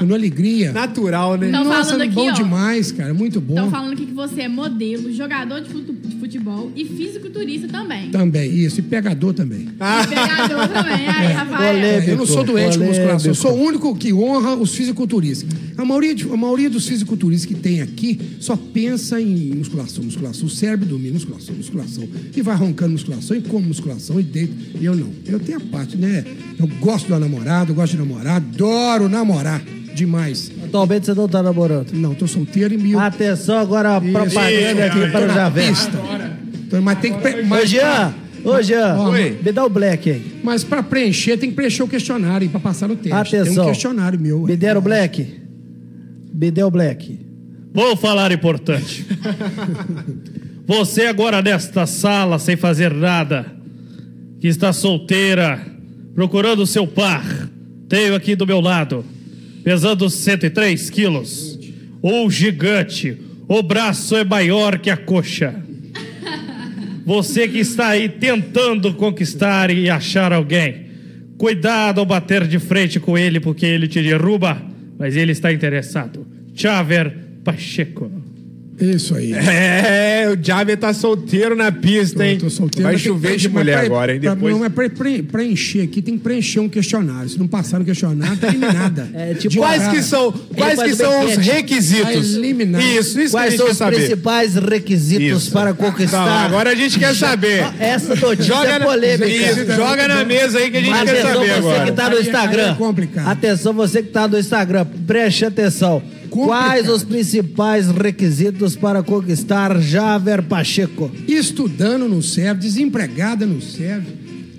S7: Numa alegria.
S5: Natural, né?
S6: Não. Tão
S7: Nossa, é
S6: falando aqui,
S7: bom
S6: ó.
S7: demais, cara. Muito bom.
S6: Estão falando aqui que você é modelo, jogador de fute- de futebol e fisiculturista também.
S7: Também, isso. E pegador também.
S5: Ah.
S6: E Pegador também. Aí, Rafael.
S8: polêmico,
S7: É, eu não sou doente com musculação. Eu
S8: polêmico.
S7: sou o único que honra os fisiculturistas. A maioria, de- a maioria dos fisiculturistas que tem aqui só pensa em musculação, musculação. O cérebro domina musculação, musculação. E vai roncando musculação, e come musculação, e deita. E Eu não. Eu tenho a parte, né? Eu gosto da namorada, eu gosto de namorar, adoro namorar demais.
S8: Atualmente você não tá namorando.
S7: Não, tô solteiro e mil.
S8: Atenção agora a propaganda aqui para o Javé.
S7: Mas tem que. pre-
S8: Ô,
S7: Mas,
S8: Jean. Ô, Jean.
S7: Oi.
S8: Me dá o black aí.
S7: mas pra preencher, tem que preencher o questionário e pra passar no teste. Tem
S8: Atenção.
S7: um questionário meu.
S8: Me deram o black? Me deu o black.
S1: Vou falar importante. Você agora nesta sala sem fazer nada, que está solteira, procurando o seu par. Tenho aqui do meu lado, pesando 103 quilos, um gigante. O braço é maior que a coxa. Você que está aí tentando conquistar e achar alguém, cuidado ao bater de frente com ele, porque ele te derruba, mas ele está interessado. Cháver Pacheco.
S7: Isso aí.
S5: É, o Javier tá solteiro na pista, hein?
S7: Eu tô um solteiro,
S5: Vai
S7: mas tem que
S5: chover
S7: preencher,
S5: de
S7: mas
S5: mulher
S7: pra-
S5: agora, hein?
S7: pra-
S5: Depois...
S7: Não, é pra, pra- preencher aqui, tem que preencher um questionário. Se não passar no questionário, tá eliminada.
S8: É, tipo,
S7: De
S5: Quais
S7: horário.
S5: que são, quais
S8: faz
S5: que
S8: o
S5: são os
S8: banquete.
S5: requisitos?
S7: Vai eliminar.
S5: Isso, isso que a
S8: Quais são
S5: gente quer
S8: os
S5: saber.
S8: principais requisitos
S5: Isso.
S8: para
S5: Tá,
S8: conquistar?
S5: agora a gente quer saber.
S7: Ah,
S8: Essa notícia
S5: Joga
S8: é
S5: na,
S8: polêmica. é
S5: isso, joga na mesa aí que a gente quer
S8: Atenção
S5: saber
S8: você que
S5: agora.
S8: tá no
S7: Aí é- aí
S8: Instagram.
S7: é complicado.
S8: Atenção você que tá no Instagram. Preste atenção. Quais os principais requisitos para conquistar Javer Pacheco?
S7: Estudando não serve, desempregada não serve,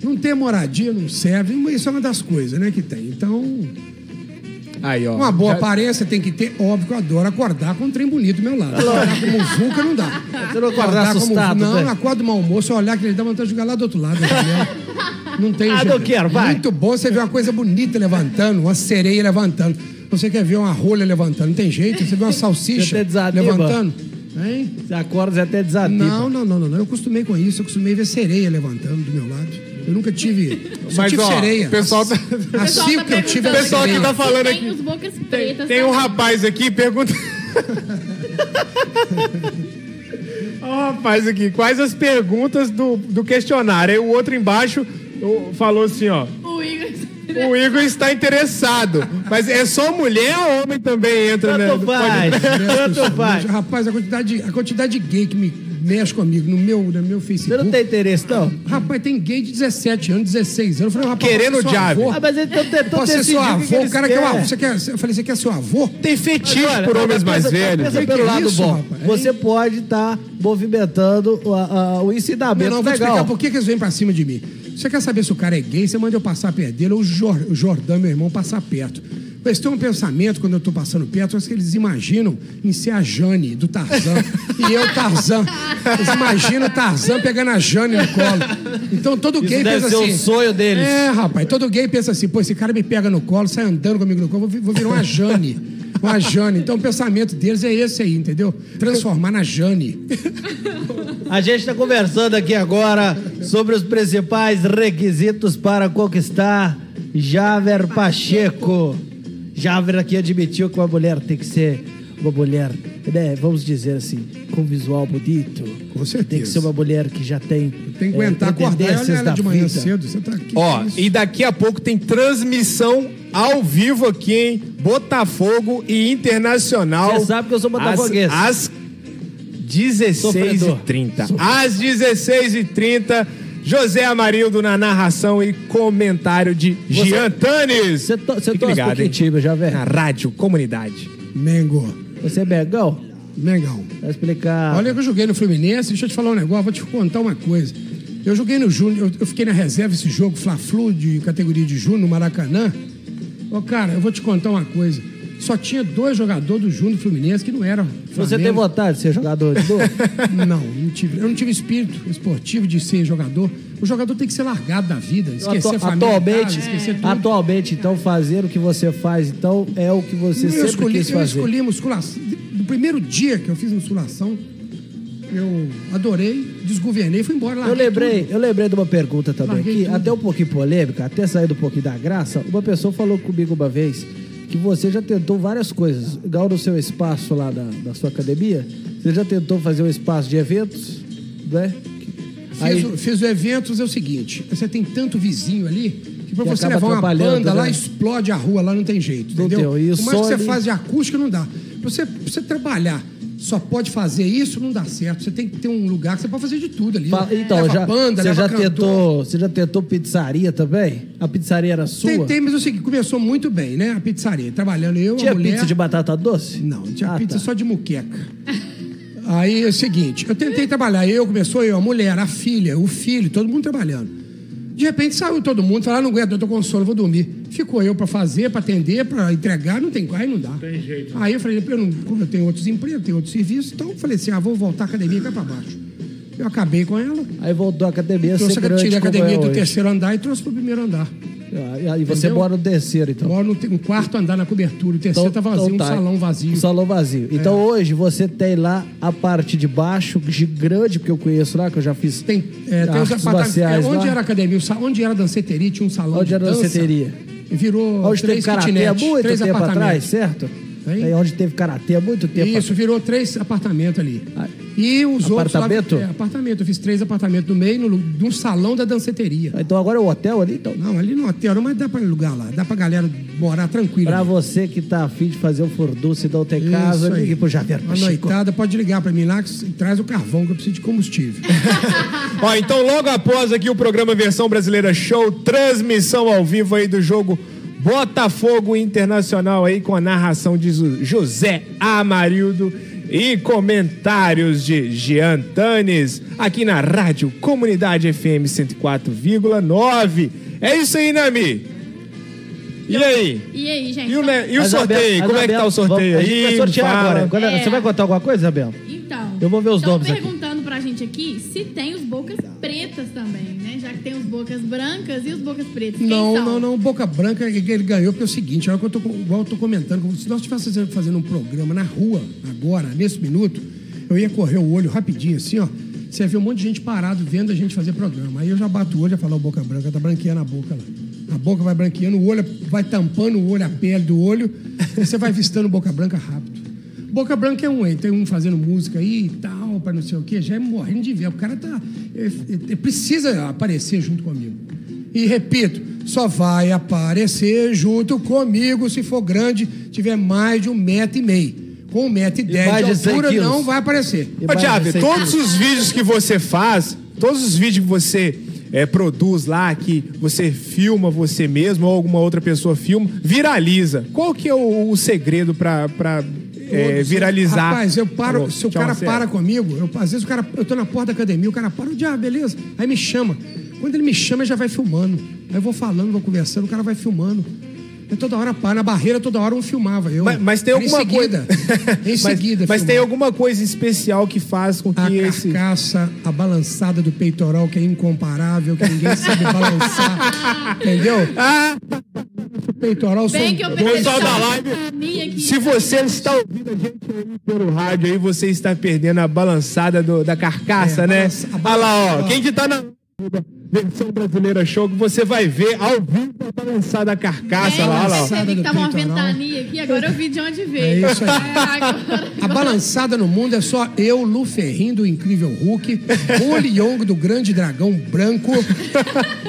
S7: não ter moradia não serve. Isso é uma das coisas, né, que tem. Então,
S5: Aí, ó.
S7: Uma boa
S5: Já-
S7: aparência tem que ter. Óbvio que eu adoro acordar com um trem bonito do meu lado. Acordar como vulca não dá.
S8: Você não acordar
S7: como
S8: assustado,
S7: Não,
S8: né?
S7: eu acordo mal almoço, eu olhar que ele dá vontade de jogar lá do outro lado. entendeu? Não tem
S8: Ah,
S7: jeito.
S8: não quero, vai.
S7: Muito bom você ver uma coisa bonita levantando, uma sereia levantando. Você quer ver uma rolha levantando, não tem jeito. Você vê uma salsicha
S8: Você desanima?
S7: levantando. Hein?
S8: Você acorda e até desativo.
S7: Não, não, não, não, não. Eu acostumei com isso. Eu acostumei ver sereia levantando do meu lado. Eu nunca tive. Só
S5: Mas,
S7: tive
S5: ó,
S7: sereia.
S5: o pessoal tá-
S7: A
S6: pessoal tá
S7: cinco eu tive
S6: perguntando
S7: a
S5: O pessoal que
S7: sereia.
S5: tá falando
S6: Tem
S5: aqui.
S6: os bocas pretas
S5: Tem um
S6: também.
S5: rapaz aqui, pergunta. Ó, rapaz aqui, quais as perguntas do, do questionário? Aí o outro embaixo o- falou assim, ó.
S6: O Igor...
S5: O Igor está interessado. Mas é só mulher ou homem também entra, né?
S8: Tanto faz, tanto faz.
S7: Rapaz, a quantidade, de- a quantidade de gay que me mexe comigo no meu, no meu
S8: Você
S7: Facebook.
S8: não tem interesse, não?
S7: Rapaz, tem gay de 17 anos, 16 anos. Eu falei, rapaz,
S5: Querendo
S7: posso ser
S5: o
S7: seu
S5: diabo.
S7: avô?
S8: Ah, mas ele tentou tentou
S7: Posso ser
S8: decidir
S7: seu
S8: o que que
S7: avô? O
S8: eles
S7: cara que é um
S8: querem.
S7: avô. Você quer, eu falei, você quer seu avô?
S5: Tem fetiche
S8: Olha,
S5: Tipo por homens
S8: pensa-
S5: mais velhos.
S8: Pensa pelo
S7: Que
S8: lado
S7: isso,
S8: bom.
S7: rapaz?
S8: Você pode estar movimentando o- a- o
S7: Não,
S8: ensinamento
S7: não, eu vou te explicar
S8: tá legal.
S7: por que, que eles vêm pra cima de mim. Você quer saber se o cara é gay? Você manda eu passar perto dele ou o Jor- o Jordão, meu irmão, passar perto. Eles têm um pensamento, quando eu tô passando perto, acho que eles imaginam em ser a Jane do Tarzan. e eu, Tarzan. Eles imaginam o Tarzan pegando a Jane no colo. Então todo gay
S8: deve
S7: pensa
S8: ser o
S7: assim.
S8: sonho deles.
S7: É, rapaz, todo gay pensa assim, pô, esse cara me pega no colo, sai andando comigo no colo, vou, vi- vou virar uma Jane. Uma Jane. Então o pensamento deles é esse aí, entendeu? Transformar na Jane.
S8: A gente está conversando aqui agora sobre os principais requisitos para conquistar Javer Pacheco. Javer aqui admitiu que uma mulher tem que ser uma mulher, né, vamos dizer assim, com visual bonito.
S7: Com certeza.
S8: Tem que ser uma mulher que já tem.
S7: Tem que aguentar
S8: eh,
S7: acordar e olhar
S8: tendências
S7: ela
S8: da
S7: de manhã
S8: vida.
S7: cedo. Você tá aqui.
S5: Ó, e daqui a pouco tem transmissão ao vivo aqui, hein? Botafogo e Internacional.
S8: Você sabe que eu sou botafoguense.
S5: Às, às 16h30. Às 16h30, José Amarildo na narração e comentário de Gian Tanes.
S8: Você to- você
S5: Fique
S8: torce
S5: ligado,
S8: pra que
S5: hein?
S8: time, Javer?
S5: Na rádio, comunidade.
S7: Mengo.
S8: Você é Bergão?
S7: Mengão.
S8: Vai explicar.
S7: Olha que eu joguei no Fluminense, deixa eu te falar um negócio, vou te contar uma coisa. Eu joguei no Júnior, eu- eu fiquei na reserva esse jogo, Fla-Flu, de categoria de Júnior, no Maracanã. Ô, cara, eu vou te contar uma coisa. Só tinha dois jogadores do Júnior do Fluminense que não eram.
S8: Você
S7: Flamengo.
S8: tem vontade de ser jogador de novo?
S7: Não, não tive. Eu não tive espírito esportivo de ser jogador. O jogador tem que ser largado da vida, esquecer
S8: Atu-
S7: a família.
S8: atualmente, É.
S7: casa, esquecer tudo.
S8: atualmente, então, fazer o que você faz, então, é o que você
S7: eu
S8: sempre
S7: escolhi,
S8: quis
S7: eu
S8: fazer.
S7: escolhi musculação. No primeiro dia que eu fiz musculação, eu adorei, desgovernei, fui embora lá.
S8: Eu lembrei, eu lembrei de uma pergunta também
S7: Larguei
S8: aqui,
S7: tudo.
S8: até um pouquinho polêmica, até sair um pouquinho da graça. Uma pessoa falou comigo uma vez que você já tentou várias coisas. Igual no seu espaço lá na, na sua academia, você já tentou fazer um espaço de eventos, né?
S7: Fiz,
S8: Aí-
S7: o, fiz o eventos, é o seguinte: você tem tanto vizinho ali que pra
S8: Que
S7: você
S8: acaba
S7: levar uma
S8: atrapalhando,
S7: banda lá,
S8: né?
S7: explode a rua lá, não tem jeito,
S8: Não
S7: entendeu?
S8: tem, e o
S7: Por mais que
S8: som
S7: você
S8: ali-
S7: faz de acústica, não dá. Pra você, pra você trabalhar. Só pode fazer isso, não dá certo. Você tem que ter um lugar que você pode fazer de tudo ali.
S8: Fala- então,
S7: leva
S8: já,
S7: banda,
S8: você
S7: leva
S8: já
S7: cantor.
S8: tentou, você já tentou pizzaria também? A pizzaria era sua?
S7: Tentei, mas é o seguinte, começou muito bem, né? A pizzaria. Trabalhando eu,
S8: Tinha
S7: a mulher.
S8: pizza de batata doce?
S7: Não, tinha
S8: Ah,
S7: pizza
S8: tá.
S7: só de muqueca. Aí é o seguinte, eu tentei trabalhar, eu, começou eu, a mulher, a filha, o filho, todo mundo trabalhando. De repente saiu todo mundo, falaram, "Ah, não aguento, eu tô com sono, vou dormir. Ficou eu pra fazer, pra atender, pra entregar, não tem aí não dá. Tem jeito. né? Aí eu falei, eu não, como eu tenho outros empregos, tenho outros serviços, então eu falei assim, ah, vou voltar à academia cá pra baixo. Eu acabei com ela,
S8: Aí voltou a academia,
S7: trouxe,
S8: ser
S7: a-
S8: grande
S7: tirei a
S8: como
S7: academia
S8: é
S7: do
S8: hoje.
S7: terceiro andar e trouxe pro primeiro andar.
S8: Ah, E você
S7: Entendeu?
S8: mora no terceiro, então.
S7: Moro no te- no quarto andar na cobertura, o terceiro
S8: Então-
S7: tá vazio,
S8: então tá.
S7: um salão vazio. É.
S8: Um salão vazio. Então hoje você tem lá a parte de baixo, de grande, porque eu conheço lá, que eu já fiz.
S7: Tem, é, tem os apartamentos.
S8: artes marciais
S7: é, onde
S8: lá.
S7: era a academia? O sa- Onde era a danceteria? Tinha um salão
S8: Onde
S7: de
S8: era a
S7: dança.
S8: danceteria?
S7: E virou
S8: Onde teve
S7: três
S8: karatê há
S7: kitnets,
S8: muito
S7: três
S8: tempo atrás,
S7: apartamentos.
S8: certo?
S7: Hein?
S8: É, onde teve karatê há muito tempo
S7: Isso, virou três apartamentos ali.
S8: Ah,
S7: E os outros... lá-
S8: apartamento?
S7: é, apartamento. Eu fiz três apartamentos no meio, no, lu- de um salão da danceteria.
S8: atrás. Então agora é o hotel ali, então.
S7: Não, ali no hotel, mas dá pra alugar lá. Dá pra galera morar tranquilo.
S8: Pra você que tá afim de fazer o furdunço e não ter
S7: Isso
S8: casa,
S7: aí.
S8: ligue pro Javier
S7: Uma
S8: Pacheco.
S7: noitada, pode ligar pra mim lá que s- traz o carvão que eu preciso de combustível.
S5: Ó, então logo após aqui o programa Versão Brasileira Show, transmissão ao vivo aí do jogo Botafogo Internacional aí com a narração de Zu- José Amarildo e comentários de Jean Tanes aqui na Rádio Comunidade FM 104,9. É isso aí, Nami. E aí?
S6: E aí, gente? tá
S5: E o, ne- e o
S8: Mas,
S5: sorteio?
S8: Abel-
S5: Como é que tá o
S8: Abel,
S5: sorteio
S8: vamos- a
S5: aí?
S8: gente vai sortear
S5: Fala.
S8: agora. Quando-
S6: É.
S8: Você vai contar alguma coisa, Abel?
S6: Então.
S8: Eu vou ver os
S6: tão
S8: nomes aqui.
S6: perguntando pra gente aqui se tem os bocas pretas também, né? Já que tem os bocas brancas e os bocas pretas. Quem
S7: Não,
S6: são?
S7: não, não. Boca Branca ele ganhou porque é o seguinte, olha que eu tô, com- igual eu tô comentando, como se nós estivéssemos fazendo- fazendo um programa na rua agora, nesse minuto, eu ia correr o olho rapidinho assim, ó. Você ia ver um monte de gente parado vendo a gente fazer programa. Aí eu já bato o olho e falo, "Ó, Boca Branca, tá branqueando a boca lá. A boca vai branqueando, o olho vai tampando o olho, a pele do olho, e você vai avistando Boca Branca rápido. Boca Branca é um, hein? tem um fazendo música aí e tal, pra não sei o quê, já é morrendo de ver. O cara tá. é- é- precisa aparecer junto comigo. E repito, só vai aparecer junto comigo se for grande, tiver mais de um metro e meio. Com um metro e dez
S8: mais
S7: de
S8: de cem
S7: altura
S8: quilos.
S7: não vai aparecer.
S5: Ô,
S8: Vai,
S5: Thiago,
S8: sei
S5: todos os vídeos que você faz, todos os vídeos que você é, produz lá, que você filma você mesmo ou alguma outra pessoa filma, viraliza. Qual que é o, o segredo pra, pra é, viralizar?
S7: Rapaz, eu paro.
S5: Alô,
S7: se o
S5: tchau,
S7: cara
S5: Marcelo.
S7: para comigo, eu, às vezes o cara, eu tô na porta da academia, o cara para, o diabo, beleza? Aí me chama. Quando ele me chama, ele já vai filmando. Aí eu vou falando, vou conversando, o cara vai filmando. Eu toda hora para. Na barreira, toda hora um filmava. Eu,
S5: Mas, mas tem
S7: Era
S5: alguma
S7: em seguida,
S5: coisa.
S7: Em seguida,
S5: mas, mas tem
S7: filmava.
S5: alguma coisa especial que faz com que
S7: A
S5: esse.
S7: carcaça, a balançada do peitoral, que é incomparável, que ninguém sabe balançar. Entendeu?
S5: Ah,
S7: O peitoral
S6: Bem
S7: são
S6: que eu
S7: dois-
S6: percebi.
S5: pessoal da live, se você está ouvindo a gente aí pelo rádio aí, você está perdendo a balançada do- da carcaça,
S7: É, a
S5: né?
S7: balança- a
S5: Olha lá, ó.
S7: balança-
S5: Quem que tá na versão brasileira show que você vai ver ao vivo a balançada da carcaça
S6: é,
S5: lá, olha
S6: eu
S5: lá. ó.
S6: percebi que tava uma
S7: Peitoral.
S6: ventania aqui, agora eu vi de onde veio.
S7: É isso aí.
S6: É, agora-
S7: A balançada no mundo é só eu, Lu Ferrin, do Incrível Hulk, o Leong, do Grande Dragão Branco,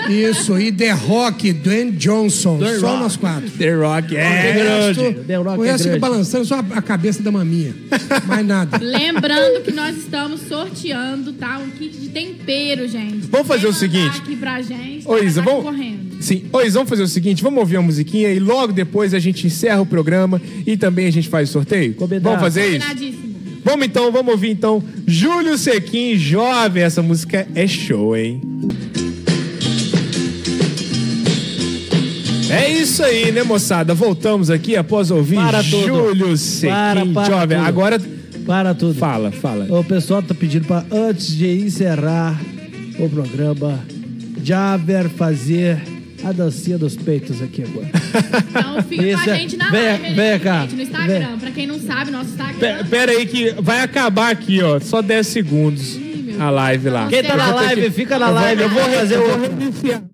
S7: isso, e The Rock, Dwayne Johnson, só nós quatro.
S5: The Rock, é.
S7: o resto,
S8: The Rock
S7: o
S8: é
S7: resto fica
S8: grande.
S7: balançando só a cabeça da maminha, mais nada.
S6: Lembrando que nós estamos sorteando, tá? Um kit de tempero, gente.
S5: Vamos fazer
S6: Quem
S5: o seguinte.
S6: mandar aqui pra gente.
S5: Ô, Isa,
S6: tá
S5: vamos.
S6: concorrendo.
S5: Sim, ô Isa, vamos fazer o seguinte: vamos ouvir a musiquinha e logo depois a gente encerra o programa e também a gente faz o sorteio.
S8: Combinado.
S5: Vamos fazer isso?
S6: Combinadíssimo.
S5: Vamos então, vamos ouvir então Júlio Sequim, jovem. Essa música é show, hein? É isso aí, né, moçada? Voltamos aqui após ouvir
S8: Para tudo.
S5: Júlio Sequim,
S8: Para, para
S5: jovem.
S8: tudo.
S5: Agora
S8: Para tudo.
S5: fala, fala.
S8: O pessoal tá pedindo pra, antes de encerrar o programa, Javer fazer a dancinha dos peitos aqui agora.
S6: Então fica
S8: Isso
S6: com a
S8: é-
S6: gente na
S8: vem-
S6: live,
S8: vem
S6: gente,
S8: cá.
S6: no Instagram.
S8: Vem.
S6: Pra quem não sabe, nosso Instagram.
S5: Pe- Pera aí que vai acabar aqui, ó. Só 10 segundos a live lá.
S8: Quem tá na live, fica na live. Eu vou fazer o.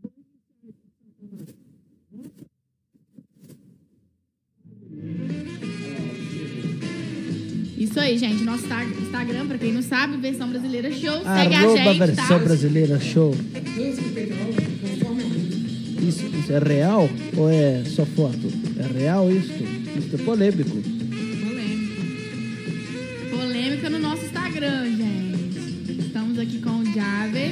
S6: Isso aí, gente. Nosso Insta- Instagram, pra quem não sabe, versão brasileira show. Segue a
S8: Arroba
S6: gente,
S8: versão
S6: tá?
S8: brasileira show. Isso, isso é real ou é só foto? É real isso? Isso é polêmico.
S6: Polêmica. Polêmica no nosso Instagram, gente. Estamos aqui com o Javer.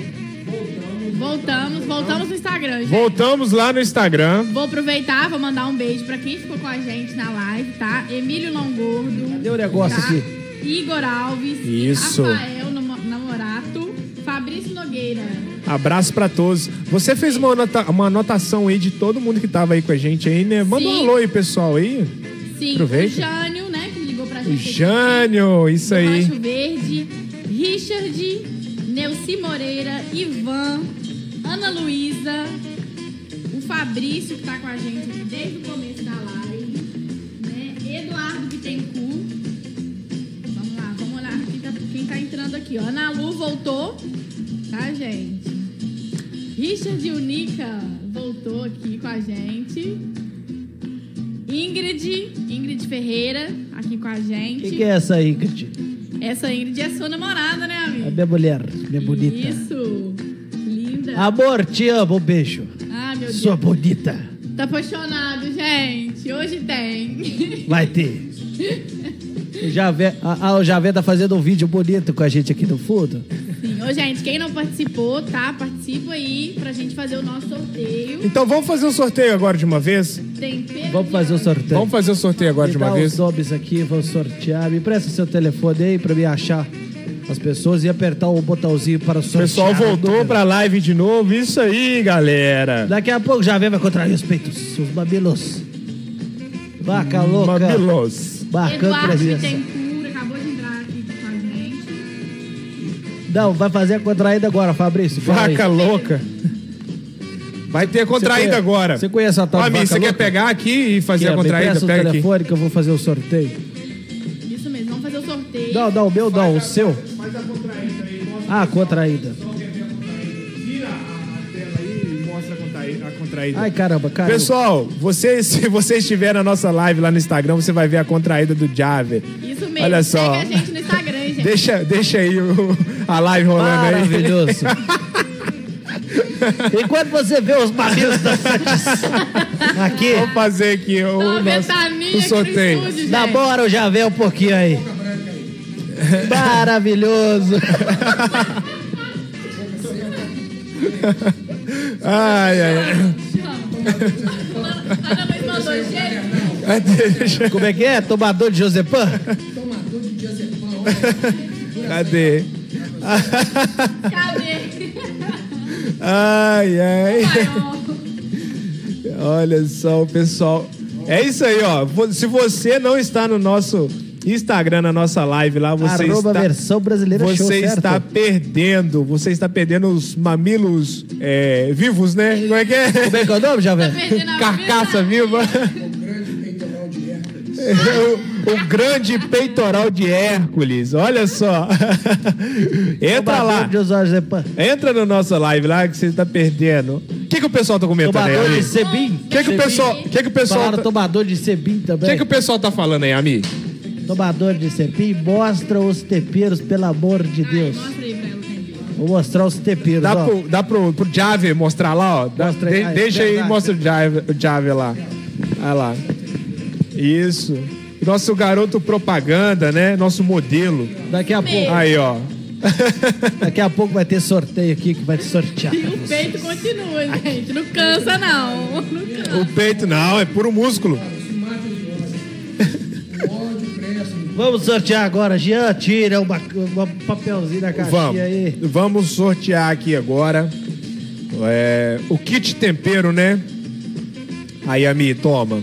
S6: Voltamos, voltamos no Instagram, gente.
S5: Voltamos lá no Instagram.
S6: Vou aproveitar, vou mandar um beijo pra quem ficou com a gente na live, tá? Emílio Longordo. tá?
S8: Cadê o negócio aqui?
S6: Igor Alves.
S5: Isso.
S6: Rafael Namo- Namorato. Fabrício Nogueira.
S5: Abraço pra todos. Você fez uma, anota- uma anotação aí de todo mundo que tava aí com a gente aí, né? Manda um
S6: Sim.
S5: alô aí, pessoal, aí.
S6: Sim,
S5: Aproveita.
S6: o Jânio, né? Que ligou pra gente.
S5: O
S6: aqui.
S5: Jânio, isso aí.
S6: Rancho Verde. Richard. Neuci Moreira. Ivan. Ana Luísa. O Fabrício, que tá com a gente aqui desde o começo da live. Né? Eduardo Bittencourt. Vamos lá, vamos olhar quem tá, quem tá entrando aqui. Ó. Ana Lu voltou, tá, gente? Richard Unica voltou aqui com a gente. Ingrid, Ingrid Ferreira, aqui com a
S8: O
S6: gente.
S8: que, que é essa aí, Ingrid?
S6: Essa Ingrid é sua namorada, né,
S8: A
S6: amiga?
S8: minha mulher,
S5: É
S8: minha bonita.
S6: Isso, linda.
S5: Ah,
S8: Amor, te amo, um beijo.
S6: Ah, meu
S8: Sua
S6: Deus.
S8: bonita.
S6: Tá apaixonado, gente. Hoje tem.
S8: Vai ter. O Javé, ah, ah, o Javé tá fazendo um vídeo bonito com a gente aqui no fundo.
S6: Sim. Ô, gente, quem não participou, tá? Participa aí pra gente fazer o nosso sorteio.
S5: Então vamos fazer o sorteio agora de uma vez?
S6: Tem
S8: Vamos fazer o sorteio.
S5: Vamos fazer o sorteio agora
S8: Me
S5: de uma
S8: dá
S5: vez?
S8: os nomes aqui, vou sortear. Me presta seu telefone aí pra me achar as pessoas e apertar o botãozinho para o
S5: O pessoal voltou pra live de novo. Isso aí, galera.
S8: Daqui a pouco já vem, vai contrair os peitos, os babilos. Vaca
S5: Hum,
S8: louca.
S5: Mabilos.
S8: Marcando
S6: Eduardo
S8: presença.
S6: Bittencourt acabou de entrar aqui com a gente.
S8: Não, vai fazer a contraída agora, Fabrício. fala aí.
S5: Vaca louca. Vai ter a
S8: Você
S5: contraída
S8: conhe-
S5: agora.
S8: Você conhece a tal
S5: Ó,
S8: de
S5: amigo,
S8: vaca
S5: você quer
S8: louca?
S5: pegar aqui e fazer a
S8: Quer? Me
S5: contraída?
S8: Peça o
S5: Pega aqui.
S8: telefone que eu vou fazer o sorteio.
S6: Isso mesmo, vamos fazer o sorteio.
S8: Não, não, o meu não, o seu. Ah, a contraída. Ai, caramba, cara.
S5: Pessoal, você, se você estiver na nossa live lá no Instagram, você vai ver a contraída do Jave.
S6: Isso mesmo.
S5: Olha só.
S6: Segue a gente no Instagram, gente.
S5: Deixa, deixa aí o- a live rolando aí.
S8: Maravilhoso. Enquanto você vê os barris dançantes aqui,
S5: Vamos fazer aqui o,
S6: Dá uma
S5: nosso
S6: ventania
S5: o
S6: aqui no
S5: sorteio.
S6: estúdio, gente.
S8: na bora eu já vê um pouquinho aí. Maravilhoso.
S5: Ai, ai.
S6: Ana Luiz mandou, gente.
S5: ai. Deixa.
S8: Como é que é? Tomador de Josepan?
S5: Cadê?
S6: Cadê?
S5: Ai, ai.
S6: Maior.
S5: Olha só o pessoal. É isso aí, ó. Vo- Se você não está no nosso Instagram, na nossa live lá, você
S8: Arroba
S5: está.
S8: versão brasileira
S5: Você
S8: show, certo?
S5: está perdendo. Você está perdendo os mamilos é, vivos, né? Como é que é?
S8: Como é que é o nome, Javé?
S6: Perdendo a
S5: Carcaça viva. O, o grande peitoral de Hércules. Olha só. Entra lá.
S8: Tomador de Josepan.
S5: Entra na nossa live lá que você está perdendo. O que, que o pessoal tá comentando aí,
S8: Tomador de
S5: Ami?
S8: Sebim.
S5: O que, que o pessoal, que que o pessoal,
S8: Falaram
S5: tá,
S8: tomador de Sebim
S5: o
S8: também.
S5: que, que o pessoal tá falando aí, Ami?
S8: Tomador de Sebim, mostra os tepeiros, pelo amor de Deus.
S6: Mostra aí pra ela, Caio.
S8: Vou mostrar os tepeiros,
S5: Dá,
S8: ó.
S5: pro, dá pro, pro Jave mostrar lá, ó. Dá-
S8: Mostra aí.
S5: de-
S8: Ah, é
S5: deixa aí e
S8: verdade.
S5: mostra o Jave, o Jave lá. Olha lá. Isso. Nosso garoto propaganda, né? Nosso modelo.
S8: Daqui a pouco.
S5: Aí, ó.
S8: Daqui a pouco vai ter sorteio aqui que vai te sortear.
S6: E o peito continua, gente. Não cansa, não. Não cansa.
S5: O peito não, é puro músculo.
S8: Vamos sortear agora, Jean. Tira uma, uma papelzinho da caixinha
S5: Vamos.
S8: aí.
S5: Vamos sortear aqui agora. É, o kit tempero, né? Aí, Ami, toma.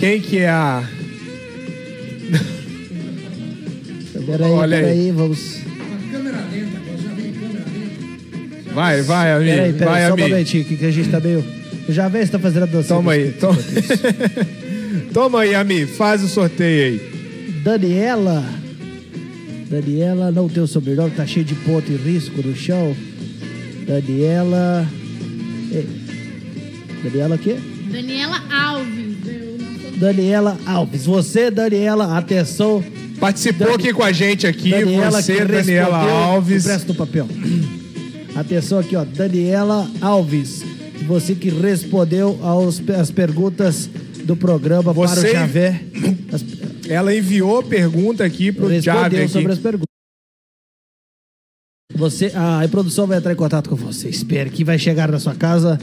S5: Quem que é a.
S8: Peraí,
S5: Olha aí.
S8: peraí, vamos.
S5: Vai, vai, Ami.
S8: Peraí, peraí,
S5: vai,
S8: só um
S5: Ami.
S8: momentinho aqui que a gente tá meio. O Javé está tá fazendo a dança.
S5: Toma aí.
S8: um
S5: Toma... toma aí, Ami. Faz o sorteio aí.
S8: Daniela. Daniela não tem o sobrenome, tá cheio de ponto e risco no chão. Daniela. Ei. Daniela o quê?
S6: Daniela Alves. Eu não sou-
S8: Daniela Alves. Você, Daniela, atenção.
S5: Participou aqui com a gente aqui. você,
S8: que
S5: Daniela
S8: respondeu-
S5: Alves.
S8: Empresta o papel. Atenção aqui, ó. Daniela Alves. Você que respondeu aos, as perguntas do programa para
S5: Você-
S8: o Javé. As,
S5: Ela enviou pergunta aqui pro Jave
S8: respondeu
S5: aqui.
S8: sobre as perguntas. Você, a produção vai entrar em contato com você. Espere que vai chegar na sua casa.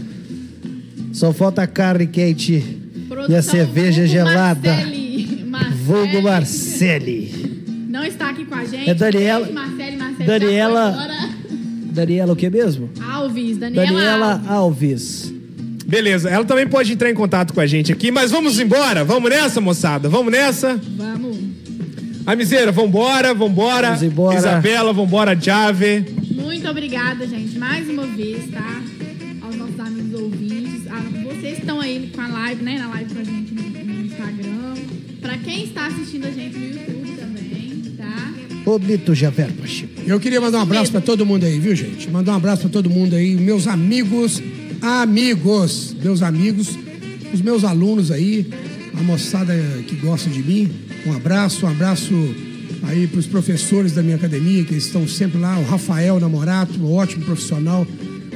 S8: Só falta a carne quente e
S6: Produção
S8: a cerveja
S6: vulgo
S8: gelada.
S6: Marcele. Marcele.
S8: Vulgo Marcele.
S6: Não está aqui com a gente.
S8: É Daniela-
S6: Beijo, Marcele, Marcele. tá
S8: Daniela-
S6: já foi
S8: Daniela, o que mesmo?
S6: embora. Alves. Daniela.
S8: Daniela Alves.
S5: Beleza, ela também pode entrar em contato com a gente aqui, mas vamos embora. Vamos nessa, moçada. Vamos nessa.
S6: Vamos.
S5: A miseira, vambora, vambora.
S8: Vamos embora.
S5: Isabela, vambora, Jave.
S6: Muito obrigada, gente, mais uma vez, tá? Aos nossos amigos ouvintes. A- vocês estão aí com a live, né? Na live com a gente no, no Instagram. Pra quem está assistindo a gente no YouTube também, tá?
S8: Ô, Mito Javier Pacheco.
S7: Eu queria mandar um abraço pra todo mundo aí, viu, gente? Mandar um abraço pra todo mundo aí, meus amigos, amigos, meus amigos, os meus alunos aí, a moçada que gosta de mim. Um abraço, um abraço aí pros professores da minha academia, que estão sempre lá, o Rafael Namorato, um ótimo profissional.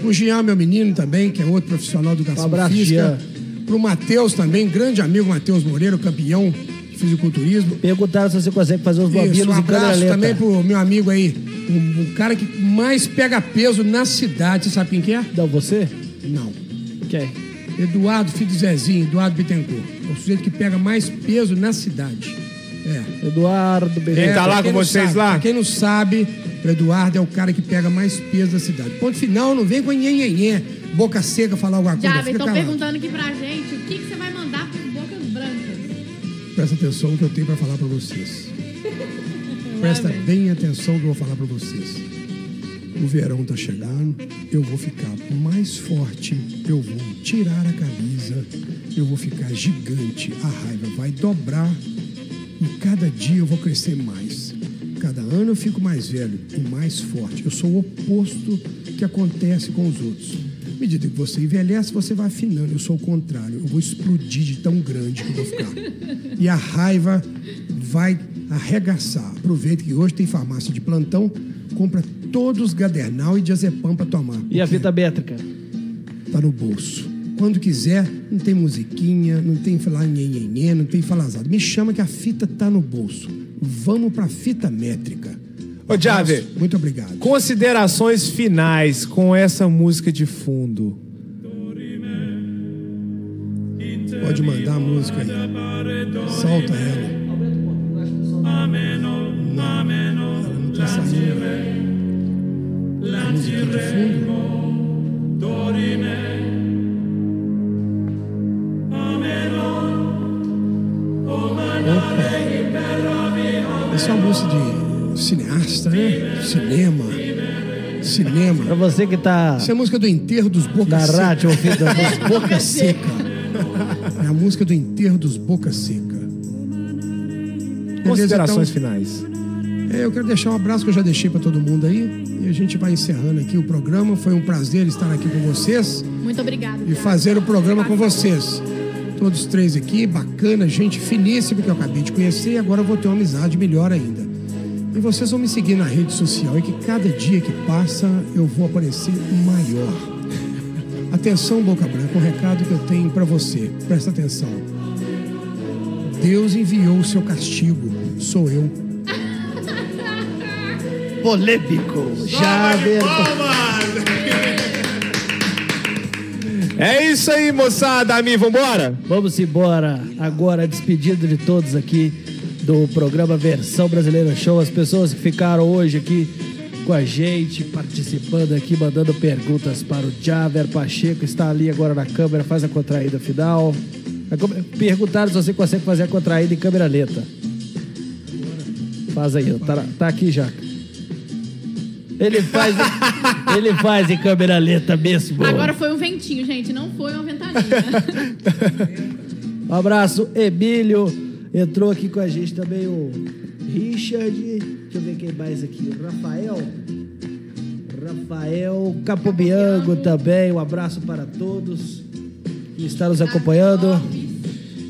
S7: O Jean, meu menino também, que é outro profissional do educação
S8: Um abraço,
S7: física.
S8: Jean.
S7: Pro Matheus também, grande amigo Matheus Moreira, campeão de fisiculturismo.
S8: Perguntaram se você consegue fazer os
S7: Isso, um
S8: bobilos em câmera
S7: abraço
S8: lenta.
S7: também pro meu amigo aí, um, um cara que mais pega peso na cidade, você sabe quem que é?
S8: Não, você?
S7: Não.
S8: Quem?
S7: Eduardo, filho do Zezinho, Eduardo Bittencourt. É o sujeito que pega mais peso na cidade. É.
S8: Eduardo Bezerra.
S5: Ele tá
S7: pra
S5: lá
S7: quem
S5: com
S7: não
S5: vocês
S7: sabe-
S5: lá?
S7: pra quem não sabe, o Eduardo é o cara que pega mais peso da cidade. Ponto final, não vem com nhenhenhé, boca seca falar alguma coisa.
S6: Java,
S7: fica
S6: estão
S7: calado.
S6: perguntando aqui pra gente o que, que você vai mandar pro Bocas Brancas.
S7: Presta atenção no que eu tenho pra falar pra vocês. Presta bem atenção no que eu vou falar pra vocês. O verão tá chegando, eu vou ficar mais forte, eu vou tirar a camisa, eu vou ficar gigante, a raiva vai dobrar e cada dia eu vou crescer mais. Cada ano eu fico mais velho e mais forte. Eu sou o oposto que acontece com os outros. À medida que você envelhece, você vai afinando. Eu sou o contrário. Eu vou explodir de tão grande que eu vou ficar. E a raiva vai arregaçar. Aproveita que hoje tem farmácia de plantão. Compra todos gadernal e diazepam para tomar.
S8: E a fita bétrica?
S7: Tá no bolso. Quando quiser, não tem musiquinha, não tem falar nhenhenhê, não tem falazado. Me chama que a fita tá no bolso. Vamos pra fita métrica.
S5: Ô, Jave.
S7: Muito obrigado.
S5: Considerações finais com essa música de fundo.
S7: Pode mandar a música aí. Solta ela. Não, ela não tá saindo. A música tá de fundo. Opa. Essa é uma música de cineasta, né? Cinema.
S8: Pra
S7: Cinema.
S8: você que tá
S7: Essa é a música do enterro dos
S8: na
S7: Boca Seca.
S8: rádio ouvindo a música.
S7: Boca Seca. É a música do enterro dos Boca Seca. Beleza,
S5: Considerações
S7: então,
S5: finais.
S7: é, eu quero deixar um abraço que eu já deixei pra todo mundo aí. E a gente vai encerrando aqui o programa. Foi um prazer estar aqui com vocês
S6: Muito obrigada.
S7: e
S6: Java.
S7: fazer o programa com vocês. Todos três aqui, bacana, gente finíssima que eu acabei de conhecer e agora eu vou ter uma amizade melhor ainda. E vocês vão me seguir na rede social e que cada dia que passa eu vou aparecer maior. Atenção, Boca Branca, um recado que eu tenho pra você. Presta atenção. Deus enviou o seu castigo, sou eu.
S8: Polêmico. Javer.
S5: É isso aí, moçada. Ami, vambora?
S8: Vamos embora. Agora, despedido de todos aqui do programa Versão Brasileira Show. As pessoas que ficaram hoje aqui com a gente, participando aqui, mandando perguntas para o Javer Pacheco, está ali agora na câmera, faz a contraída final. A câmera- Perguntaram se você consegue fazer a contraída em câmera lenta. Faz aí, ó. tá, na- tá aqui já. Ele faz, ele faz em câmera lenta mesmo.
S6: Agora foi um ventinho, gente. Não foi uma ventania.
S8: Um abraço, Emílio. Entrou aqui com a gente também o Richard. Deixa eu ver quem mais aqui. O Rafael. Rafael Capobiango também. Um abraço para todos que estão nos acompanhando.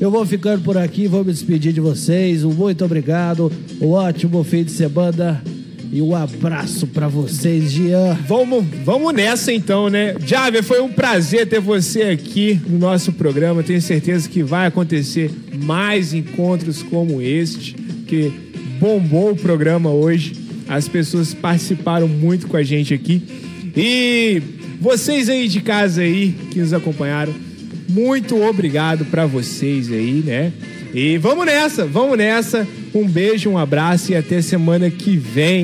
S8: Eu vou ficando por aqui, vou me despedir de vocês. Um muito obrigado, um ótimo fim de semana e um abraço para vocês, Jean.
S5: Vamos, vamos nessa então, né? Javier, foi um prazer ter você aqui no nosso programa. Tenho certeza que vai acontecer mais encontros como este, que bombou o programa hoje. As pessoas participaram muito com a gente aqui. E vocês aí de casa aí que nos acompanharam, muito obrigado pra vocês aí, né? E vamos nessa, vamos nessa. Um beijo, um abraço e até semana que vem.